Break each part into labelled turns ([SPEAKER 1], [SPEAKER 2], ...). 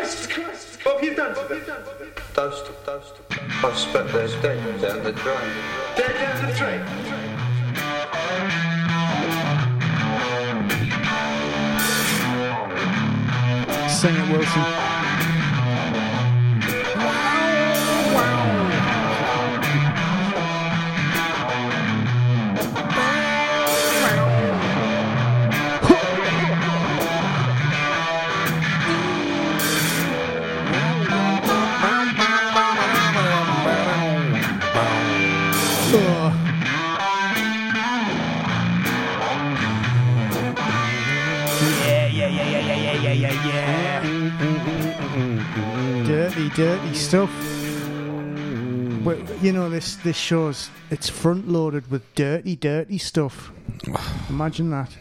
[SPEAKER 1] Christ! What have you done to them?
[SPEAKER 2] Toast, toast, toast. I spit their stains down the drain.
[SPEAKER 1] They're down the drain.
[SPEAKER 3] Sing it, Wilson. Oh,
[SPEAKER 4] Yeah, yeah, yeah, yeah, yeah, yeah, yeah, yeah, yeah.
[SPEAKER 3] dirty, dirty stuff. But, you know, this, this show's it's front loaded with dirty, dirty stuff. Imagine that.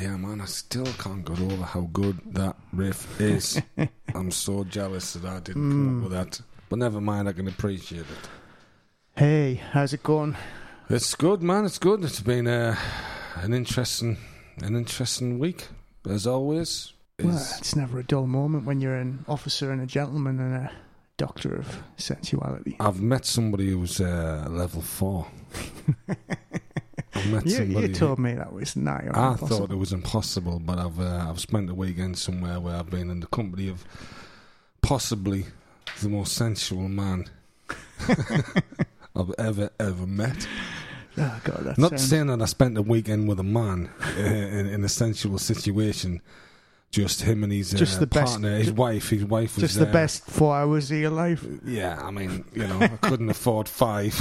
[SPEAKER 5] Yeah, man, I still can't get over how good that riff is. I'm so jealous that I didn't come
[SPEAKER 3] Hmm.
[SPEAKER 5] up with that. But never mind, I can appreciate it.
[SPEAKER 3] Hey, how's it going?
[SPEAKER 5] It's good, man. It's good. It's been uh, an interesting, an interesting week, as always.
[SPEAKER 3] Well,
[SPEAKER 5] It's-
[SPEAKER 3] it's never a dull moment when you're an officer and a gentleman and a doctor of sensuality.
[SPEAKER 5] I've met somebody who's uh, level four. I've met
[SPEAKER 3] You,
[SPEAKER 5] somebody.
[SPEAKER 3] you told me that was nigh on
[SPEAKER 5] I
[SPEAKER 3] impossible.
[SPEAKER 5] thought it was impossible, but I've uh, I've spent a weekend somewhere where I've been in the company of possibly the most sensual man I've ever ever met.
[SPEAKER 3] Oh, God, that
[SPEAKER 5] Not
[SPEAKER 3] sounds-
[SPEAKER 5] saying that I spent a weekend with a man uh, in, in a sensual situation. Just him and his uh,
[SPEAKER 3] Just the best-
[SPEAKER 5] partner, his
[SPEAKER 3] ju-
[SPEAKER 5] wife. His wife was
[SPEAKER 3] Just the
[SPEAKER 5] there.
[SPEAKER 3] best four hours of your life.
[SPEAKER 5] Yeah, I mean, you know, I couldn't afford five.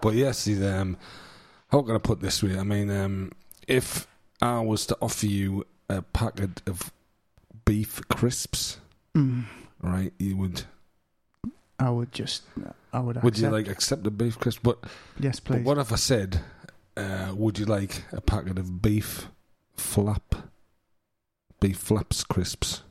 [SPEAKER 5] But yes, he's, um, how can I put this way? I mean, um, if I was to offer you a packet of beef crisps,
[SPEAKER 3] Mm.
[SPEAKER 5] right, you would
[SPEAKER 3] I would just, I would.
[SPEAKER 5] would you
[SPEAKER 3] accept.
[SPEAKER 5] like accept a beef crisp? But
[SPEAKER 3] Yes,
[SPEAKER 5] but
[SPEAKER 3] please.
[SPEAKER 5] what if I said, uh, would you like a packet of beef flap, beef flaps crisps?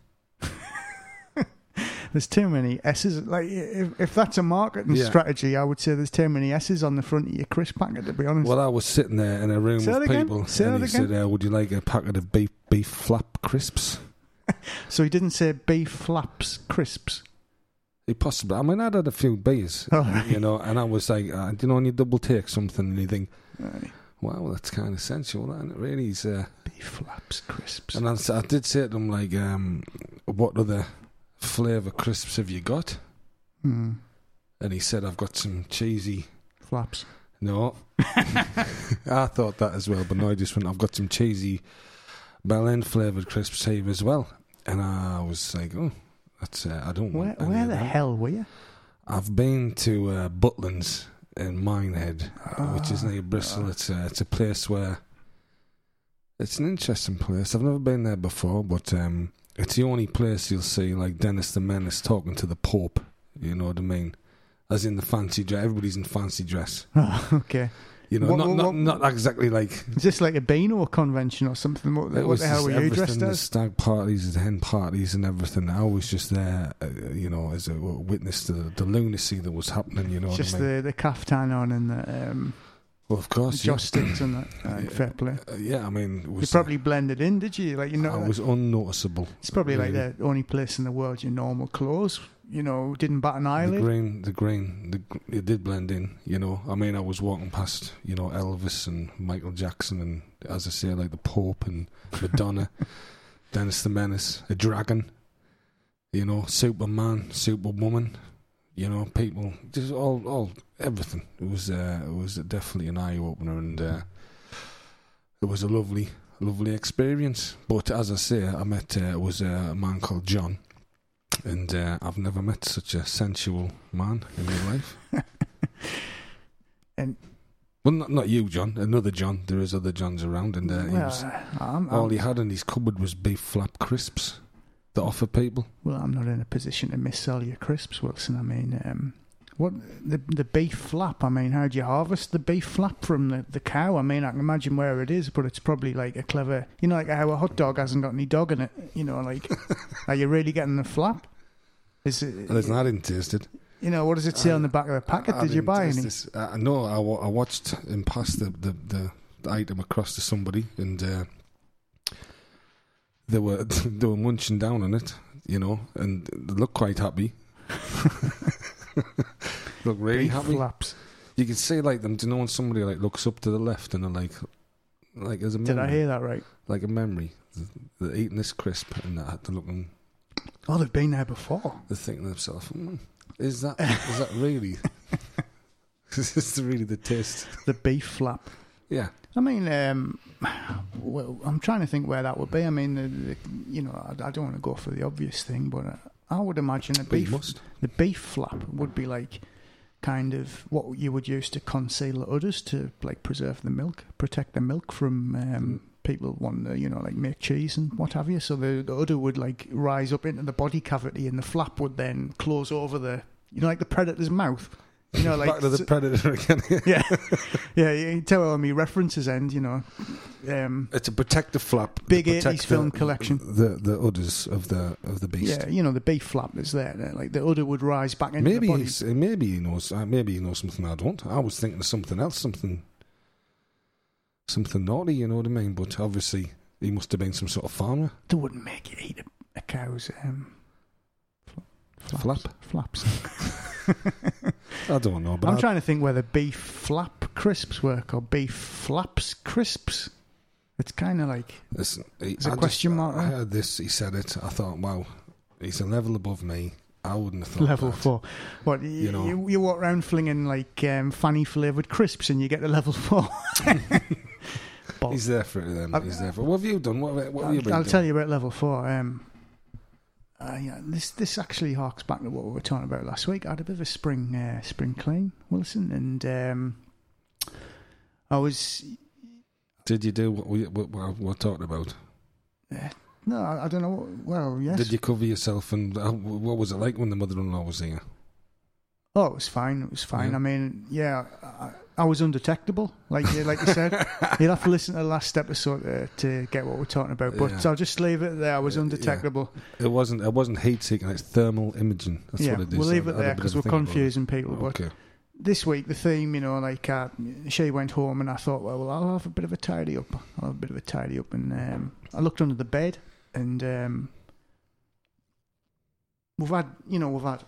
[SPEAKER 3] There's too many S's. Like if, if that's a marketing
[SPEAKER 5] Yeah.
[SPEAKER 3] strategy, I would say there's too many S's on the front of your crisp packet. To be honest,
[SPEAKER 5] Well, I was sitting there in a room
[SPEAKER 3] Mm. Say
[SPEAKER 5] with
[SPEAKER 3] that again.
[SPEAKER 5] people,
[SPEAKER 3] Say
[SPEAKER 5] and
[SPEAKER 3] that
[SPEAKER 5] he said, uh, "Would you like a packet of beef beef flap crisps?"
[SPEAKER 3] so he didn't say beef flaps crisps.
[SPEAKER 5] He possibly. I mean, I'd had a few beers,
[SPEAKER 3] All right.
[SPEAKER 5] you know, and I was like, uh, you know, when you double take something and you think,
[SPEAKER 3] Aye.
[SPEAKER 5] wow, that's kind of sensual, and it really is. Uh,
[SPEAKER 3] Beef flaps crisps.
[SPEAKER 5] and I, s- I did say to them, like, um, what other flavour crisps have you got?
[SPEAKER 3] Mm.
[SPEAKER 5] And he said, I've got some cheesy.
[SPEAKER 3] Flaps.
[SPEAKER 5] No. I thought that as well, but no, I just went, I've got some cheesy bell end flavoured crisps here as well. And I was like, oh, that's, uh, I don't
[SPEAKER 3] Where
[SPEAKER 5] want any
[SPEAKER 3] where
[SPEAKER 5] of
[SPEAKER 3] the
[SPEAKER 5] that.
[SPEAKER 3] hell were you?
[SPEAKER 5] I've been to uh, Butlins in Minehead, uh, which is near Bristol. It's a, it's a place where it's an interesting place. I've never been there before, but um, it's the only place you'll see like Dennis the Menace talking to the Pope. You know what I mean? As in the fancy dress. Everybody's in fancy dress.
[SPEAKER 3] Oh, okay.
[SPEAKER 5] You know,
[SPEAKER 3] What-
[SPEAKER 5] not,
[SPEAKER 3] what-
[SPEAKER 5] not
[SPEAKER 3] what-
[SPEAKER 5] not exactly like.
[SPEAKER 3] Is this like a Beano convention or something? What,
[SPEAKER 5] it
[SPEAKER 3] what
[SPEAKER 5] was
[SPEAKER 3] the hell
[SPEAKER 5] just
[SPEAKER 3] were you
[SPEAKER 5] everything,
[SPEAKER 3] dressed
[SPEAKER 5] the
[SPEAKER 3] as?
[SPEAKER 5] stag parties, the hen parties, and everything. I was just there, uh, you know, as a witness to the, the lunacy that was happening. You know, what
[SPEAKER 3] Just
[SPEAKER 5] I mean?
[SPEAKER 3] the, the caftan on and the um,
[SPEAKER 5] well, of course, yeah.
[SPEAKER 3] joss sticks and that. Aye, Fair play.
[SPEAKER 5] Uh, yeah, I mean, it
[SPEAKER 3] You
[SPEAKER 5] was,
[SPEAKER 3] probably blended in, did you? Like you know,
[SPEAKER 5] I was unnoticeable.
[SPEAKER 3] it's probably like
[SPEAKER 5] really.
[SPEAKER 3] the only place in the world your normal clothes. You know, didn't bat an
[SPEAKER 5] The
[SPEAKER 3] eyelid.
[SPEAKER 5] green, the green, the, gr- it did blend in. You know, I mean, I was walking past, you know, Elvis and Michael Jackson, and as I say, like the Pope and Madonna, Dennis the Menace, a dragon, you know, Superman, Superwoman, you know, people, just all, all, everything. It was, uh, it was definitely an eye opener, and uh, it was a lovely, lovely experience. But as I say, I met uh, was uh, a man called John. And uh, I've never met such a sensual man in my life.
[SPEAKER 3] And-
[SPEAKER 5] well, not, not you, John. Another John. There is other Johns around, and uh, he was,
[SPEAKER 3] well, I'm,
[SPEAKER 5] all
[SPEAKER 3] I'm,
[SPEAKER 5] he had in his cupboard was beef flap crisps that offer people.
[SPEAKER 3] well, I'm not in a position to missell your crisps, Wilson. I mean, um, what the the beef flap? I mean, how do you harvest the beef flap from the, the cow? I mean, I can imagine where it is, but it's probably like a clever, you know, like how a hot dog hasn't got any dog in it. You know, like are you really getting the flap? Is it?
[SPEAKER 5] Listen, I didn't taste it.
[SPEAKER 3] You know, what does it say on the back of the packet?
[SPEAKER 5] I
[SPEAKER 3] Did you
[SPEAKER 5] didn't
[SPEAKER 3] buy
[SPEAKER 5] taste
[SPEAKER 3] any?
[SPEAKER 5] This. Uh, no, I, wa- I watched him pass the the, the item across to somebody, and uh, they were they were munching down on it, you know, and they looked quite happy. Look really
[SPEAKER 3] Beef
[SPEAKER 5] happy.
[SPEAKER 3] flaps.
[SPEAKER 5] You can see like them. Do you know when somebody like looks up to the left and they're like, like there's a
[SPEAKER 3] Did I
[SPEAKER 5] memory,
[SPEAKER 3] hear that right?
[SPEAKER 5] like a memory. They're eating this crisp and they're looking,
[SPEAKER 3] Oh, they've been there before.
[SPEAKER 5] they're thinking to themselves, mm, is that is that really? is this really the taste?
[SPEAKER 3] The beef flap.
[SPEAKER 5] Yeah.
[SPEAKER 3] I mean, um, well, I'm trying to think where that would be. I mean, the, the, you know, I, I don't want to go for the obvious thing, but uh, I would imagine a
[SPEAKER 5] But you
[SPEAKER 3] beef,
[SPEAKER 5] must.
[SPEAKER 3] the beef flap would be like kind of what you would use to conceal udders to like preserve the milk, protect the milk from
[SPEAKER 5] Hmm.
[SPEAKER 3] um, people wanting to, you know, like make cheese and what have you. So the, the udder would like rise up into the body cavity, and the flap would then close over the, you know, like the predator's mouth. You know, like
[SPEAKER 5] Back to the predator again.
[SPEAKER 3] yeah, yeah. You tell where all my references end. You know, um,
[SPEAKER 5] it's a protective flap.
[SPEAKER 3] Big
[SPEAKER 5] to protect
[SPEAKER 3] 80s film collection.
[SPEAKER 5] The the udders of the of the beast.
[SPEAKER 3] yeah. You know, the beef flap is there. there, Like the udder would rise back into
[SPEAKER 5] Maybe
[SPEAKER 3] the body.
[SPEAKER 5] he's, maybe he knows. Uh, maybe he knows something I don't. I was thinking of something else, something something naughty. You know what I mean? But obviously, he must have been some sort of farmer.
[SPEAKER 3] They wouldn't make you eat a, a cow's um, fl- flaps.
[SPEAKER 5] Flap.
[SPEAKER 3] Flaps.
[SPEAKER 5] I don't know, but
[SPEAKER 3] I'm
[SPEAKER 5] I-
[SPEAKER 3] trying to think whether beef flap crisps work or beef flaps crisps. It's kind of like
[SPEAKER 5] Listen, he-
[SPEAKER 3] Is it
[SPEAKER 5] I
[SPEAKER 3] question
[SPEAKER 5] just-
[SPEAKER 3] mark
[SPEAKER 5] I
[SPEAKER 3] there?
[SPEAKER 5] heard this. He said it. I thought, wow, he's a level above me. I wouldn't have thought
[SPEAKER 3] level
[SPEAKER 5] that.
[SPEAKER 3] four. What you,
[SPEAKER 5] You
[SPEAKER 3] you,
[SPEAKER 5] know.
[SPEAKER 3] you, walk around flinging like um, fanny flavored crisps and you get to level four. Bollocks.
[SPEAKER 5] He's there for it. Then
[SPEAKER 3] I've-
[SPEAKER 5] he's there for. What have you done? What have, what have you been
[SPEAKER 3] I'll, I'll
[SPEAKER 5] doing?
[SPEAKER 3] tell you about level four. Um, uh, yeah, this this actually harks back to what we were talking about last week. I had a bit of a spring uh, spring clean, Wilson, and um, I was
[SPEAKER 5] Did you do what we what, what we're talking about?
[SPEAKER 3] no, I, I don't know. What, well, yes.
[SPEAKER 5] Did you cover yourself? And how, what was it like when the mother-in-law was here?
[SPEAKER 3] Oh, it was fine. It was fine.
[SPEAKER 5] Yeah.
[SPEAKER 3] I mean, yeah, I, I was undetectable. Like you, like you said, you'll have to listen to the last episode uh, to get what we're talking about. But
[SPEAKER 5] Yeah.
[SPEAKER 3] I'll just leave it there. I was
[SPEAKER 5] Yeah, yeah.
[SPEAKER 3] undetectable.
[SPEAKER 5] It wasn't. It wasn't heat seeking. It's thermal imaging. That's
[SPEAKER 3] Yeah,
[SPEAKER 5] what it is.
[SPEAKER 3] we'll leave
[SPEAKER 5] I-
[SPEAKER 3] it
[SPEAKER 5] I had a
[SPEAKER 3] there
[SPEAKER 5] bit
[SPEAKER 3] because
[SPEAKER 5] of a
[SPEAKER 3] we're
[SPEAKER 5] think about
[SPEAKER 3] confusing people.
[SPEAKER 5] it.
[SPEAKER 3] But
[SPEAKER 5] Okay.
[SPEAKER 3] this week the theme, you know, like uh, she went home and I thought, well, well, I'll have a bit of a tidy up. I'll have a bit of a tidy up, and um, I looked under the bed, and um, we've had, you know, we've had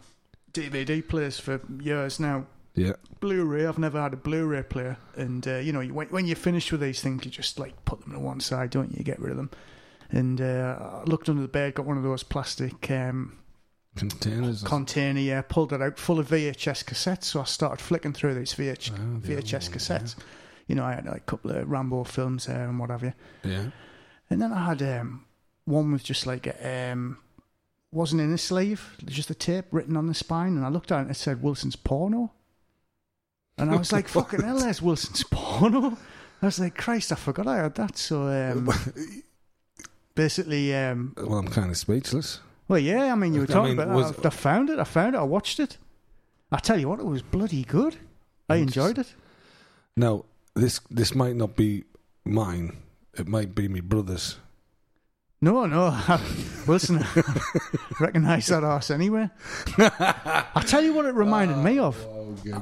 [SPEAKER 3] DVD players for years now.
[SPEAKER 5] Yeah.
[SPEAKER 3] Blu-ray. I've never had a Blu-ray player, and uh, you know, you, when, when you're finished with these things, you just like put them to one side, don't you? You get rid of them. And uh, I looked under the bed, got one of those plastic um,
[SPEAKER 5] Containers.
[SPEAKER 3] container, yeah, pulled it out full of VHS cassettes. So I started flicking through these VH,
[SPEAKER 5] Oh, the
[SPEAKER 3] VHS
[SPEAKER 5] old
[SPEAKER 3] cassettes. You know, I had like, a couple of Rambo films there and what have you.
[SPEAKER 5] yeah.
[SPEAKER 3] And then I had um, one with just like a, um, wasn't in a sleeve, just a tape written on the spine. And I looked at it and it said Wilson's porno. And I was like, fucking hell, there's Wilson's porno. I was like, Christ, I forgot I had that. So um, basically, um,
[SPEAKER 5] Well, I'm kind of speechless.
[SPEAKER 3] well, yeah, I mean, you were
[SPEAKER 5] I
[SPEAKER 3] talking
[SPEAKER 5] mean,
[SPEAKER 3] about
[SPEAKER 5] was-
[SPEAKER 3] that. I, I found it. I found it. I watched it. I tell you what, it was bloody good. I enjoyed it.
[SPEAKER 5] Now, this this might not be mine. It might be my brother's.
[SPEAKER 3] No, no, Wilson, recognise that arse anyway. I tell you what, it reminded me of.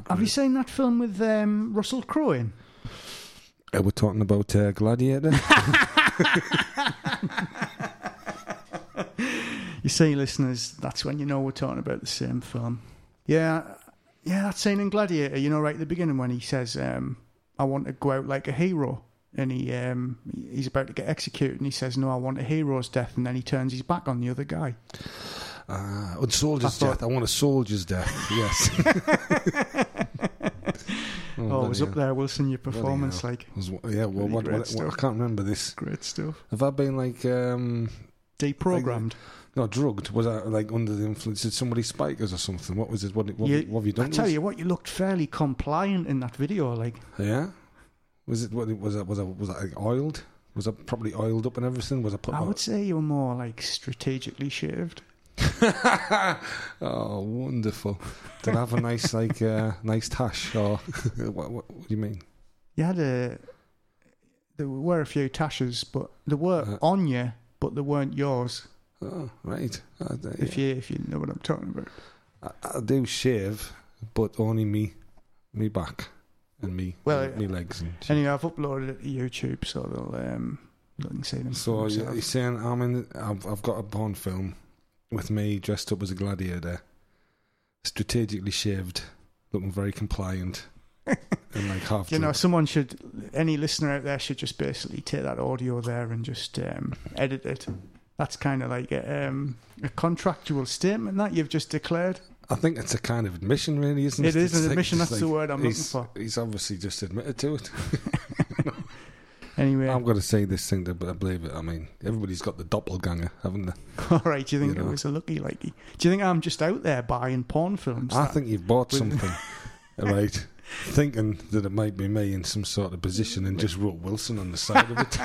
[SPEAKER 3] Have you seen that film with um, Russell Crowe in?
[SPEAKER 5] Uh, we're talking about uh, Gladiator.
[SPEAKER 3] You see, listeners, that's when you know we're talking about the same film. Yeah, yeah, that scene in Gladiator, you know, right at the beginning when he says, um, I want to go out like a hero. And he um, he's about to get executed, and he says, "No, I want a hero's death." And then he turns his back on the other guy.
[SPEAKER 5] Ah, on soldier's
[SPEAKER 3] I thought-
[SPEAKER 5] death. I want a soldier's death. Yes.
[SPEAKER 3] Oh, it was
[SPEAKER 5] bloody
[SPEAKER 3] up there, Wilson. Your
[SPEAKER 5] hell.
[SPEAKER 3] performance,
[SPEAKER 5] Bloody
[SPEAKER 3] like
[SPEAKER 5] hell. Was- yeah. Well,
[SPEAKER 3] Bloody
[SPEAKER 5] what,
[SPEAKER 3] great
[SPEAKER 5] what, what, I
[SPEAKER 3] stuff.
[SPEAKER 5] can't remember this.
[SPEAKER 3] great stuff.
[SPEAKER 5] Have I been like um,
[SPEAKER 3] Deprogrammed.
[SPEAKER 5] not drugged? Was I like under the influence? Did somebody spike us or something? What was it? What, what, what have you done?
[SPEAKER 3] I
[SPEAKER 5] to
[SPEAKER 3] tell
[SPEAKER 5] us?
[SPEAKER 3] you what, you looked fairly compliant in that video. Like,
[SPEAKER 5] Yeah. Was it? What, was that? Was that? Was that like oiled? Was that probably oiled up and everything? Was I put?
[SPEAKER 3] I would say you were more like strategically shaved.
[SPEAKER 5] oh, wonderful! Did I have a nice like uh, nice tash or what, what? What do you mean?
[SPEAKER 3] you had a there were a few tashes but they were
[SPEAKER 5] Uh-huh.
[SPEAKER 3] on you but they weren't yours
[SPEAKER 5] Oh, right. I, I-
[SPEAKER 3] if you if you know what i'm talking about
[SPEAKER 5] I, I do shave, but only me, me back, and me,
[SPEAKER 3] Well,
[SPEAKER 5] me legs. And shit.
[SPEAKER 3] Anyway, I've uploaded it to YouTube, so they'll um, they can see them. for
[SPEAKER 5] So yeah,
[SPEAKER 3] themselves.
[SPEAKER 5] he's saying I'm in. I've, I've got a Bond film with me dressed up as a gladiator, strategically shaved, looking very compliant, and like half.
[SPEAKER 3] you know,
[SPEAKER 5] drunk.
[SPEAKER 3] someone should, any listener out there should just basically take that audio there and just um, edit it. That's kind of like a, um, a contractual statement that you've just declared.
[SPEAKER 5] I think it's a kind of admission, really, isn't it?
[SPEAKER 3] It is an
[SPEAKER 5] It's
[SPEAKER 3] admission,
[SPEAKER 5] it's
[SPEAKER 3] that's the word I'm looking
[SPEAKER 5] he's,
[SPEAKER 3] for.
[SPEAKER 5] He's obviously just admitted to it.
[SPEAKER 3] Anyway,
[SPEAKER 5] I'm going to say this thing, but I believe it. I mean, everybody's got the doppelganger, haven't they?
[SPEAKER 3] all right. Do you think
[SPEAKER 5] you
[SPEAKER 3] it
[SPEAKER 5] know.
[SPEAKER 3] was a lucky likey? Do you think I'm just out there buying porn films?
[SPEAKER 5] I
[SPEAKER 3] that-
[SPEAKER 5] think you've bought
[SPEAKER 3] with-
[SPEAKER 5] something, right? Thinking that it might be me in some sort of position and just wrote Wilson on the side of it.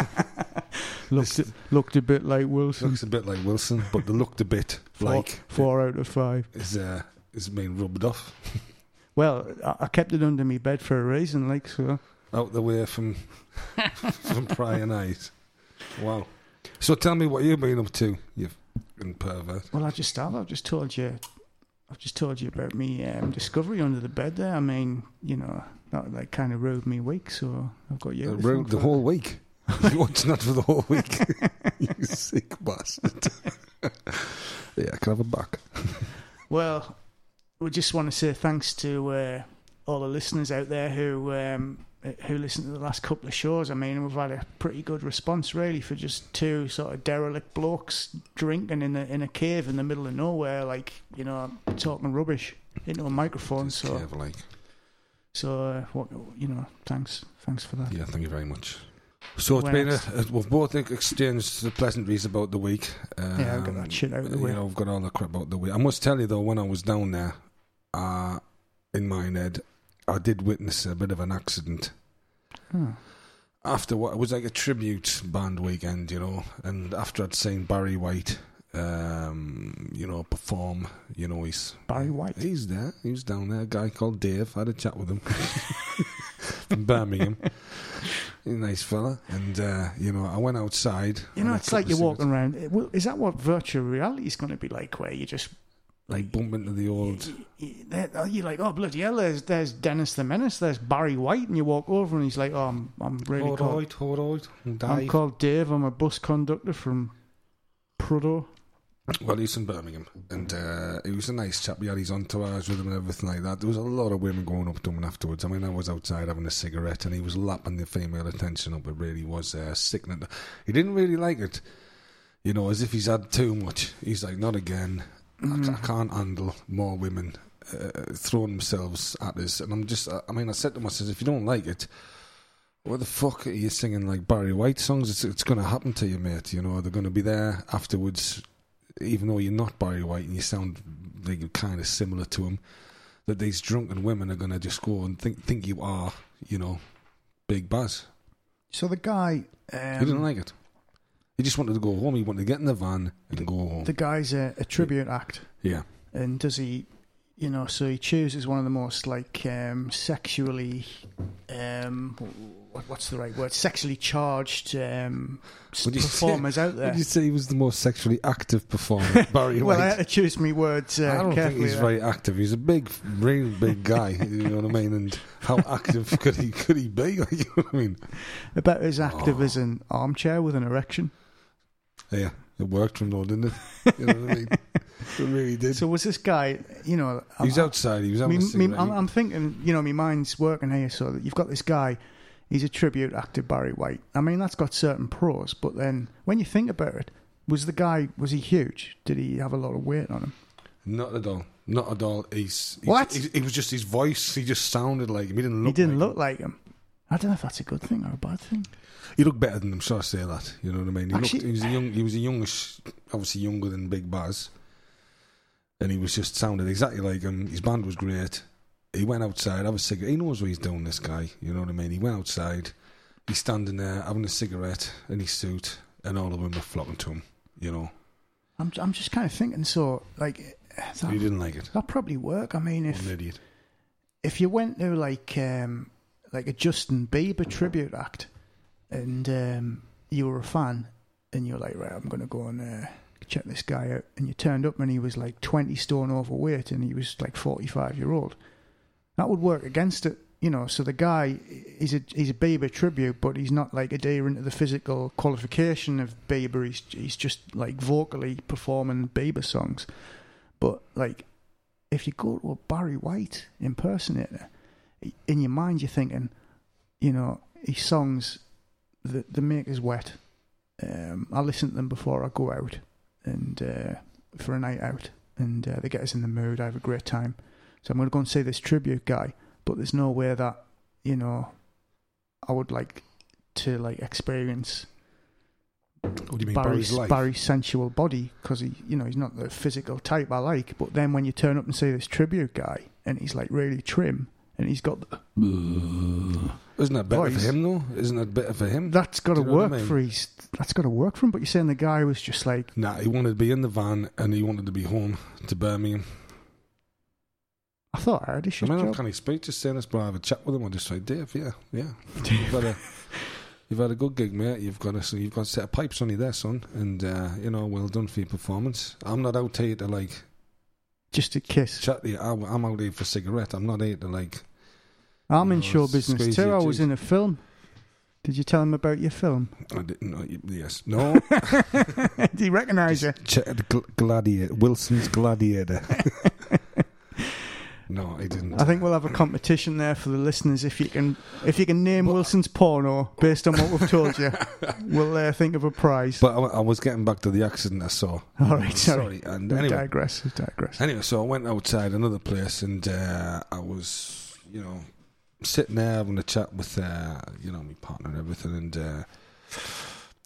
[SPEAKER 3] looked a- looked a bit like Wilson.
[SPEAKER 5] looks a bit like Wilson, but they looked a bit
[SPEAKER 3] Four-
[SPEAKER 5] like
[SPEAKER 3] four out of five.
[SPEAKER 5] is uh, is being rubbed off
[SPEAKER 3] Well, I, I kept it under my bed for a reason, like so.
[SPEAKER 5] out the way from from prior night. Wow. So tell me what you've been up to, you fucking pervert.
[SPEAKER 3] Well, I just have. I've just told you. I've just told you about me um, discovery under the bed. There, I mean, you know, that like kind of ruined me week. So I've got you.
[SPEAKER 5] Uh,
[SPEAKER 3] to
[SPEAKER 5] ruined
[SPEAKER 3] thank
[SPEAKER 5] the
[SPEAKER 3] for
[SPEAKER 5] whole week. you watched that for the whole week. you sick bastard. yeah, can I have a back?
[SPEAKER 3] that. Well, we just want to say thanks to uh, all the listeners out there who um, uh, who listened to the last couple of shows. I mean, we've had a pretty good response really for just two sort of derelict blokes drinking in a in a cave in the middle of nowhere, like you know, talking rubbish into a microphone.
[SPEAKER 5] Just
[SPEAKER 3] So.
[SPEAKER 5] have, like,
[SPEAKER 3] So, uh, what, you know, thanks, thanks for that.
[SPEAKER 5] yeah, thank you very much. So it's
[SPEAKER 3] What
[SPEAKER 5] been a,
[SPEAKER 3] else?
[SPEAKER 5] uh, we've both exchanged the pleasantries about the week. Um,
[SPEAKER 3] Yeah, I'll get that shit out of the
[SPEAKER 5] you
[SPEAKER 3] way.
[SPEAKER 5] know, I've got all the crap out the way. I must tell you though, when I was down there, uh, in Minehead, I did witness a bit of an accident.
[SPEAKER 3] Huh.
[SPEAKER 5] After what it was like a tribute band weekend, you know, and after I'd seen Barry White, um, you know, perform, you know, he's
[SPEAKER 3] Barry White.
[SPEAKER 5] He's there. He was down there. A guy called Dave. I had a chat with him from Birmingham. He's a nice fella. And, uh, you know, I went outside.
[SPEAKER 3] You
[SPEAKER 5] and
[SPEAKER 3] know,
[SPEAKER 5] I
[SPEAKER 3] it's
[SPEAKER 5] cut
[SPEAKER 3] like
[SPEAKER 5] the
[SPEAKER 3] you're
[SPEAKER 5] cigarette-
[SPEAKER 3] walking around. it- well, Is that what virtual reality is going to be like? Where you just
[SPEAKER 5] Like, bump into the old.
[SPEAKER 3] you- you- there- you're like, oh bloody hell, there's there's Dennis the Menace, there's Barry White, and you walk over and he's like, oh, I'm I'm really called,
[SPEAKER 5] all right. and
[SPEAKER 3] I'm
[SPEAKER 5] Dave.
[SPEAKER 3] called Dave, I'm a bus conductor from Prudhoe.
[SPEAKER 5] Well, he's from Birmingham. And uh, he was a nice chap. He had his entourage with him and everything like that. There was a lot of women going up to him afterwards. I mean, I was outside having a cigarette and he was lapping the female attention up. It really was uh, sickening. He didn't really like it. you know, as if he's had too much. He's like, not again. I, ca- I can't handle more women uh, throwing themselves at us. And I'm just, I, I mean, I said to myself, if you don't like it, what the fuck are you singing like Barry White songs? It's, it's going to happen to you, mate. You know, they're going to be there afterwards, even though you're not Barry White and you sound like you're kind of similar to him. That these drunken women are going to just go and think think you are, you know, Big Baz.
[SPEAKER 3] So the guy,
[SPEAKER 5] He didn't
[SPEAKER 3] um,
[SPEAKER 5] like it. He just wanted to go home. He wanted to get in the van and go home.
[SPEAKER 3] the guy's a, a tribute act.
[SPEAKER 5] Yeah.
[SPEAKER 3] and does he you know so he chooses one of the most like um sexually um what, what's the right word sexually charged um s-
[SPEAKER 5] Would you say-
[SPEAKER 3] performers out there
[SPEAKER 5] Would you say he was the most sexually active performer, Barry
[SPEAKER 3] well i had
[SPEAKER 5] White?
[SPEAKER 3] to choose my words
[SPEAKER 5] I,
[SPEAKER 3] uh,
[SPEAKER 5] don't think
[SPEAKER 3] carefully
[SPEAKER 5] he's
[SPEAKER 3] there.
[SPEAKER 5] very active. He's a big, real big guy. you know what I mean? And how active could he could he be? Like, you know what I mean?
[SPEAKER 3] about as active as an
[SPEAKER 5] Oh.
[SPEAKER 3] armchair with an erection
[SPEAKER 5] Yeah, it worked from though, didn't it? You know what I mean? It really did.
[SPEAKER 3] so was this guy you know
[SPEAKER 5] he was outside. He was
[SPEAKER 3] Me,
[SPEAKER 5] having a
[SPEAKER 3] me,
[SPEAKER 5] cigarette.
[SPEAKER 3] I'm, I'm thinking, you know, my mind's working here. So that you've got this guy, he's a tribute act to Barry White. I mean, that's got certain pros, but then when you think about it, was the guy was he huge? Did he have a lot of weight on him?
[SPEAKER 5] Not at all. Not at all. He's, he's
[SPEAKER 3] What?
[SPEAKER 5] He, he was just his voice. He just sounded like him. He didn't look.
[SPEAKER 3] he didn't
[SPEAKER 5] like
[SPEAKER 3] look like him. I don't know if that's a good thing or a bad thing.
[SPEAKER 5] Him. He looked better than him. So I say that. You know what I mean? He,
[SPEAKER 3] Actually-
[SPEAKER 5] looked, he was a young. He was a youngish, obviously younger than Big Baz, and he was just sounded exactly like him. His band was great. He went outside, have a cigarette. He knows what he's doing. This guy. You know what I mean? He went outside. He's standing there having a cigarette in his suit, and all of them were flocking to him. You know,
[SPEAKER 3] I'm, I'm just kind of thinking. So, like,
[SPEAKER 5] he
[SPEAKER 3] that,
[SPEAKER 5] didn't like it.
[SPEAKER 3] that probably work. I mean,
[SPEAKER 5] What an
[SPEAKER 3] if
[SPEAKER 5] idiot.
[SPEAKER 3] if you went to like um, like a Justin Bieber tribute act, and um, you were a fan, and you're like, right, I'm gonna go and uh, check this guy out, and you turned up and he was like 20 stone overweight, and he was like 45 year old. That would work against it. you know, so the guy is a he's a Bieber tribute, but he's not like adhering to the physical qualification of Bieber. He's he's just like vocally performing Bieber songs. But like, if you go to a Barry White impersonator, i- in your mind you're thinking, you know, his songs, the the make is wet. Um, I listen to them before I go out, and uh, for a night out, and uh, they get us in the mood. I have a great time. So I'm going to go and see this tribute guy, but there's no way that you know I would like to like experience
[SPEAKER 5] What do you mean,
[SPEAKER 3] Barry's
[SPEAKER 5] Barry's life?
[SPEAKER 3] Barry's sensual body because he you know he's not the physical type I like. But then when you turn up and see this tribute guy and he's like really trim and he's got the,
[SPEAKER 5] Isn't that better
[SPEAKER 3] voice.
[SPEAKER 5] for him though? Isn't that better for him?
[SPEAKER 3] that's got to
[SPEAKER 5] Do you know what I
[SPEAKER 3] work
[SPEAKER 5] mean?
[SPEAKER 3] for his that's got to work for him. But you're saying the guy was just like
[SPEAKER 5] Nah, he wanted to be in the van and he wanted to be home to Birmingham.
[SPEAKER 3] I thought I had a shit
[SPEAKER 5] I mean,
[SPEAKER 3] job.
[SPEAKER 5] can he speak to Stennis, but I have a chat with him. I just say, Dave, yeah, yeah. You've had a, you've had a good gig, mate. You've got a, so you've got a set of pipes on you there, son. And, uh, you know, well done for your performance. I'm not out here to, like,
[SPEAKER 3] Just a kiss.
[SPEAKER 5] chat to you. I, am out here for a cigarette. I'm not here to, like,
[SPEAKER 3] I'm in
[SPEAKER 5] you know,
[SPEAKER 3] show business
[SPEAKER 5] squeeze
[SPEAKER 3] too.
[SPEAKER 5] your
[SPEAKER 3] I was
[SPEAKER 5] juice.
[SPEAKER 3] in a film. Did you tell him about your film?
[SPEAKER 5] I didn't know. you- Yes. No.
[SPEAKER 3] Do you recognise it?
[SPEAKER 5] Ch- gl- gladiator. Wilson's Gladiator. no, I didn't.
[SPEAKER 3] I think we'll have a competition there for the listeners. If you can, if you can name Wilson's porno based on what we've told you, we'll uh, think of a prize.
[SPEAKER 5] But I, I was getting back to the accident I saw.
[SPEAKER 3] All right, sorry.
[SPEAKER 5] Sorry. And
[SPEAKER 3] We
[SPEAKER 5] anyway,
[SPEAKER 3] digress. We digress.
[SPEAKER 5] Anyway, so I went outside another place, and uh, I was, you know, sitting there having a chat with, uh, you know, my partner and everything, and uh,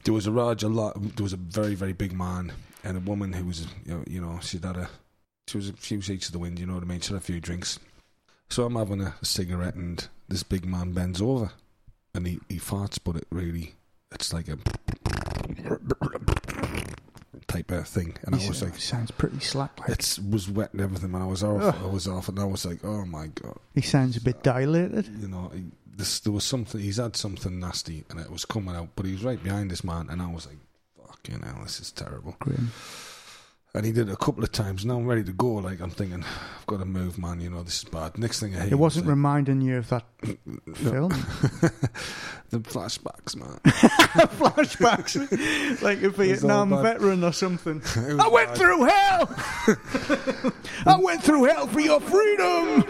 [SPEAKER 5] there was a large, a lot, there was a very, very big man and a woman who was, you know, you know she'd had a, she was a few seats to the wind, you know what I mean? She had a few drinks. So I'm having a, a cigarette, and this big man bends over, and he, he farts, but it really, it's like a type of thing, and I
[SPEAKER 3] He's-
[SPEAKER 5] was like.
[SPEAKER 3] sounds pretty slack. Like
[SPEAKER 5] It was wet and everything, man. I was off. I was off, and I was like, "Oh my god!"
[SPEAKER 3] he sounds a bit dilated.
[SPEAKER 5] You know, he- this there was something. He's had something nasty, and it was coming out. But he was right behind this man, and I was like, "Fucking hell, this is terrible."
[SPEAKER 3] Grim.
[SPEAKER 5] And he did it a couple of times. Now I'm ready to go. Like I'm thinking, I've got to move, man. You know, this is bad. Next thing I hear,
[SPEAKER 3] It wasn't
[SPEAKER 5] like,
[SPEAKER 3] reminding you of that film
[SPEAKER 5] the flashbacks, man.
[SPEAKER 3] flashbacks, like a Vietnam
[SPEAKER 5] bad.
[SPEAKER 3] veteran or something.
[SPEAKER 5] It was
[SPEAKER 3] I went
[SPEAKER 5] bad.
[SPEAKER 3] through hell. I went through hell for your freedom.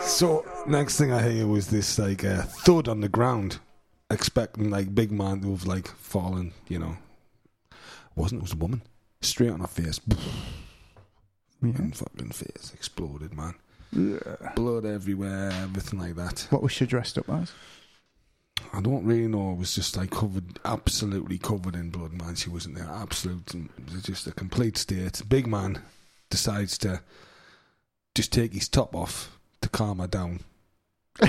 [SPEAKER 5] So next thing I hear was this like uh, thud on the ground, expecting like big man to have like fallen. You know, wasn't it was a woman straight on her face,
[SPEAKER 3] Yeah.
[SPEAKER 5] and fucking face exploded, man. Blood everywhere, everything like that.
[SPEAKER 3] What was she dressed up as?
[SPEAKER 5] I don't really know. It was just like covered, absolutely covered in blood, man. She wasn't there. Absolute, it was just a complete state. Big man decides to just take his top off to calm her down.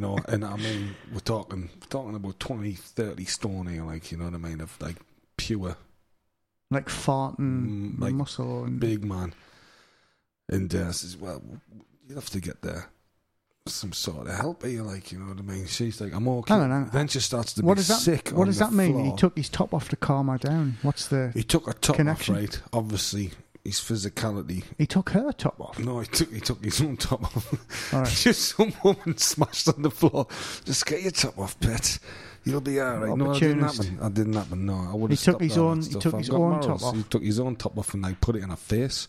[SPEAKER 5] know, and I mean, we're talking we're talking about 20, 30 stone here, like, you know what I mean? Of like pure
[SPEAKER 3] Like farting
[SPEAKER 5] Mm, like
[SPEAKER 3] muscle and
[SPEAKER 5] big man. And uh, says, well, you'll have to get there. Some sort of help here, like you know what I mean. She's like, "I'm okay."
[SPEAKER 3] Hang on, hang on.
[SPEAKER 5] Then she starts to
[SPEAKER 3] what
[SPEAKER 5] be
[SPEAKER 3] does that
[SPEAKER 5] sick.
[SPEAKER 3] what
[SPEAKER 5] on
[SPEAKER 3] does
[SPEAKER 5] the
[SPEAKER 3] that mean? He
[SPEAKER 5] floor.
[SPEAKER 3] took his top off to calm her down. What's the
[SPEAKER 5] He took a top
[SPEAKER 3] Connection.
[SPEAKER 5] off, right? Obviously, his physicality.
[SPEAKER 3] he took her top off?
[SPEAKER 5] No, he took he took his own top off.
[SPEAKER 3] All right.
[SPEAKER 5] Just some woman smashed on the floor. Just get your top off, pet. You'll be all right. No, I didn't
[SPEAKER 3] Opportunist.
[SPEAKER 5] happen. I didn't happen. No, I would
[SPEAKER 3] He
[SPEAKER 5] have.
[SPEAKER 3] took
[SPEAKER 5] stopped
[SPEAKER 3] his
[SPEAKER 5] all
[SPEAKER 3] own-
[SPEAKER 5] that
[SPEAKER 3] he
[SPEAKER 5] stuff.
[SPEAKER 3] took
[SPEAKER 5] I've
[SPEAKER 3] his
[SPEAKER 5] got
[SPEAKER 3] own top
[SPEAKER 5] morals. He
[SPEAKER 3] off.
[SPEAKER 5] took his own top off and they put it in her face.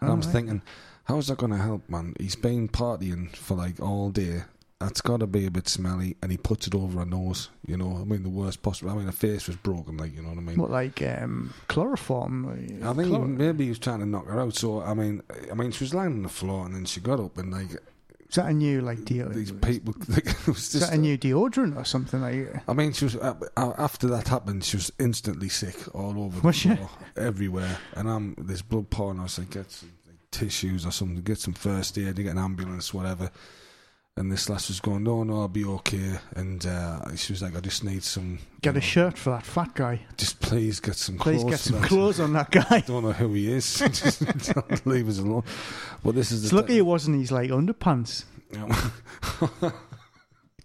[SPEAKER 5] And I'm
[SPEAKER 3] Alright.
[SPEAKER 5] thinking, how's that going to help, man? He's been partying for like all day. That's got to be a bit smelly, and he puts it over her nose. You know, I mean, the worst possible. I mean, her face was broken, like you know what I mean.
[SPEAKER 3] What like um, chloroform?
[SPEAKER 5] I think
[SPEAKER 3] Chlor-
[SPEAKER 5] maybe he was trying to knock her out. So I mean, I mean, she was lying on the floor, and then she got up, and like
[SPEAKER 3] is that a new like deodorant?
[SPEAKER 5] these people, like, it was
[SPEAKER 3] is
[SPEAKER 5] just. uh,
[SPEAKER 3] that a new deodorant or something like?
[SPEAKER 5] I mean, she was uh, uh, after that happened, she was instantly sick all over
[SPEAKER 3] Was she?
[SPEAKER 5] the floor, everywhere, and I'm this blood pouring. I was like, get some like, tissues or something, get some first aid, you get an ambulance, whatever. And this lass was going, no, no, I'll be okay. And uh, she was like, I just need some,
[SPEAKER 3] Get a shirt for that fat guy.
[SPEAKER 5] just please get some
[SPEAKER 3] Please
[SPEAKER 5] clothes.
[SPEAKER 3] get
[SPEAKER 5] for
[SPEAKER 3] some
[SPEAKER 5] that."
[SPEAKER 3] clothes on that guy.
[SPEAKER 5] Don't know who he is. just leave us alone. Well, this is the
[SPEAKER 3] It's lucky
[SPEAKER 5] type-
[SPEAKER 3] it wasn't his like underpants.
[SPEAKER 5] Yeah.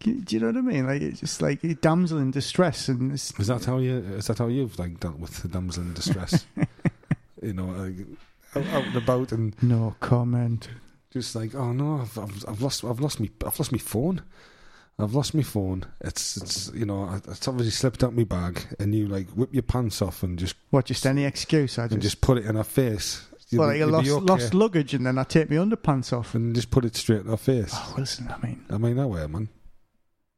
[SPEAKER 3] Do you- do you know what I mean? Like it's just like a damsel in distress, and it's,
[SPEAKER 5] Is that how you? Is that how you've like dealt with the damsel in distress? you know, like, out, out and about and
[SPEAKER 3] no comment.
[SPEAKER 5] Just like, oh no, I've, I've, I've lost, I've lost me, I've lost my phone. I've lost my phone. It's, it's, you know, it's obviously slipped out my bag. And you like whip your pants off and just,
[SPEAKER 3] What, just any excuse? I
[SPEAKER 5] and
[SPEAKER 3] just.
[SPEAKER 5] just put it in her face. You'll
[SPEAKER 3] Well,
[SPEAKER 5] be-
[SPEAKER 3] like I
[SPEAKER 5] you'll
[SPEAKER 3] lost,
[SPEAKER 5] be
[SPEAKER 3] lost
[SPEAKER 5] okay.
[SPEAKER 3] luggage and then I take my underpants off.
[SPEAKER 5] and just put it straight in her face.
[SPEAKER 3] Oh, Wilson, I mean,
[SPEAKER 5] I mean, that way, man.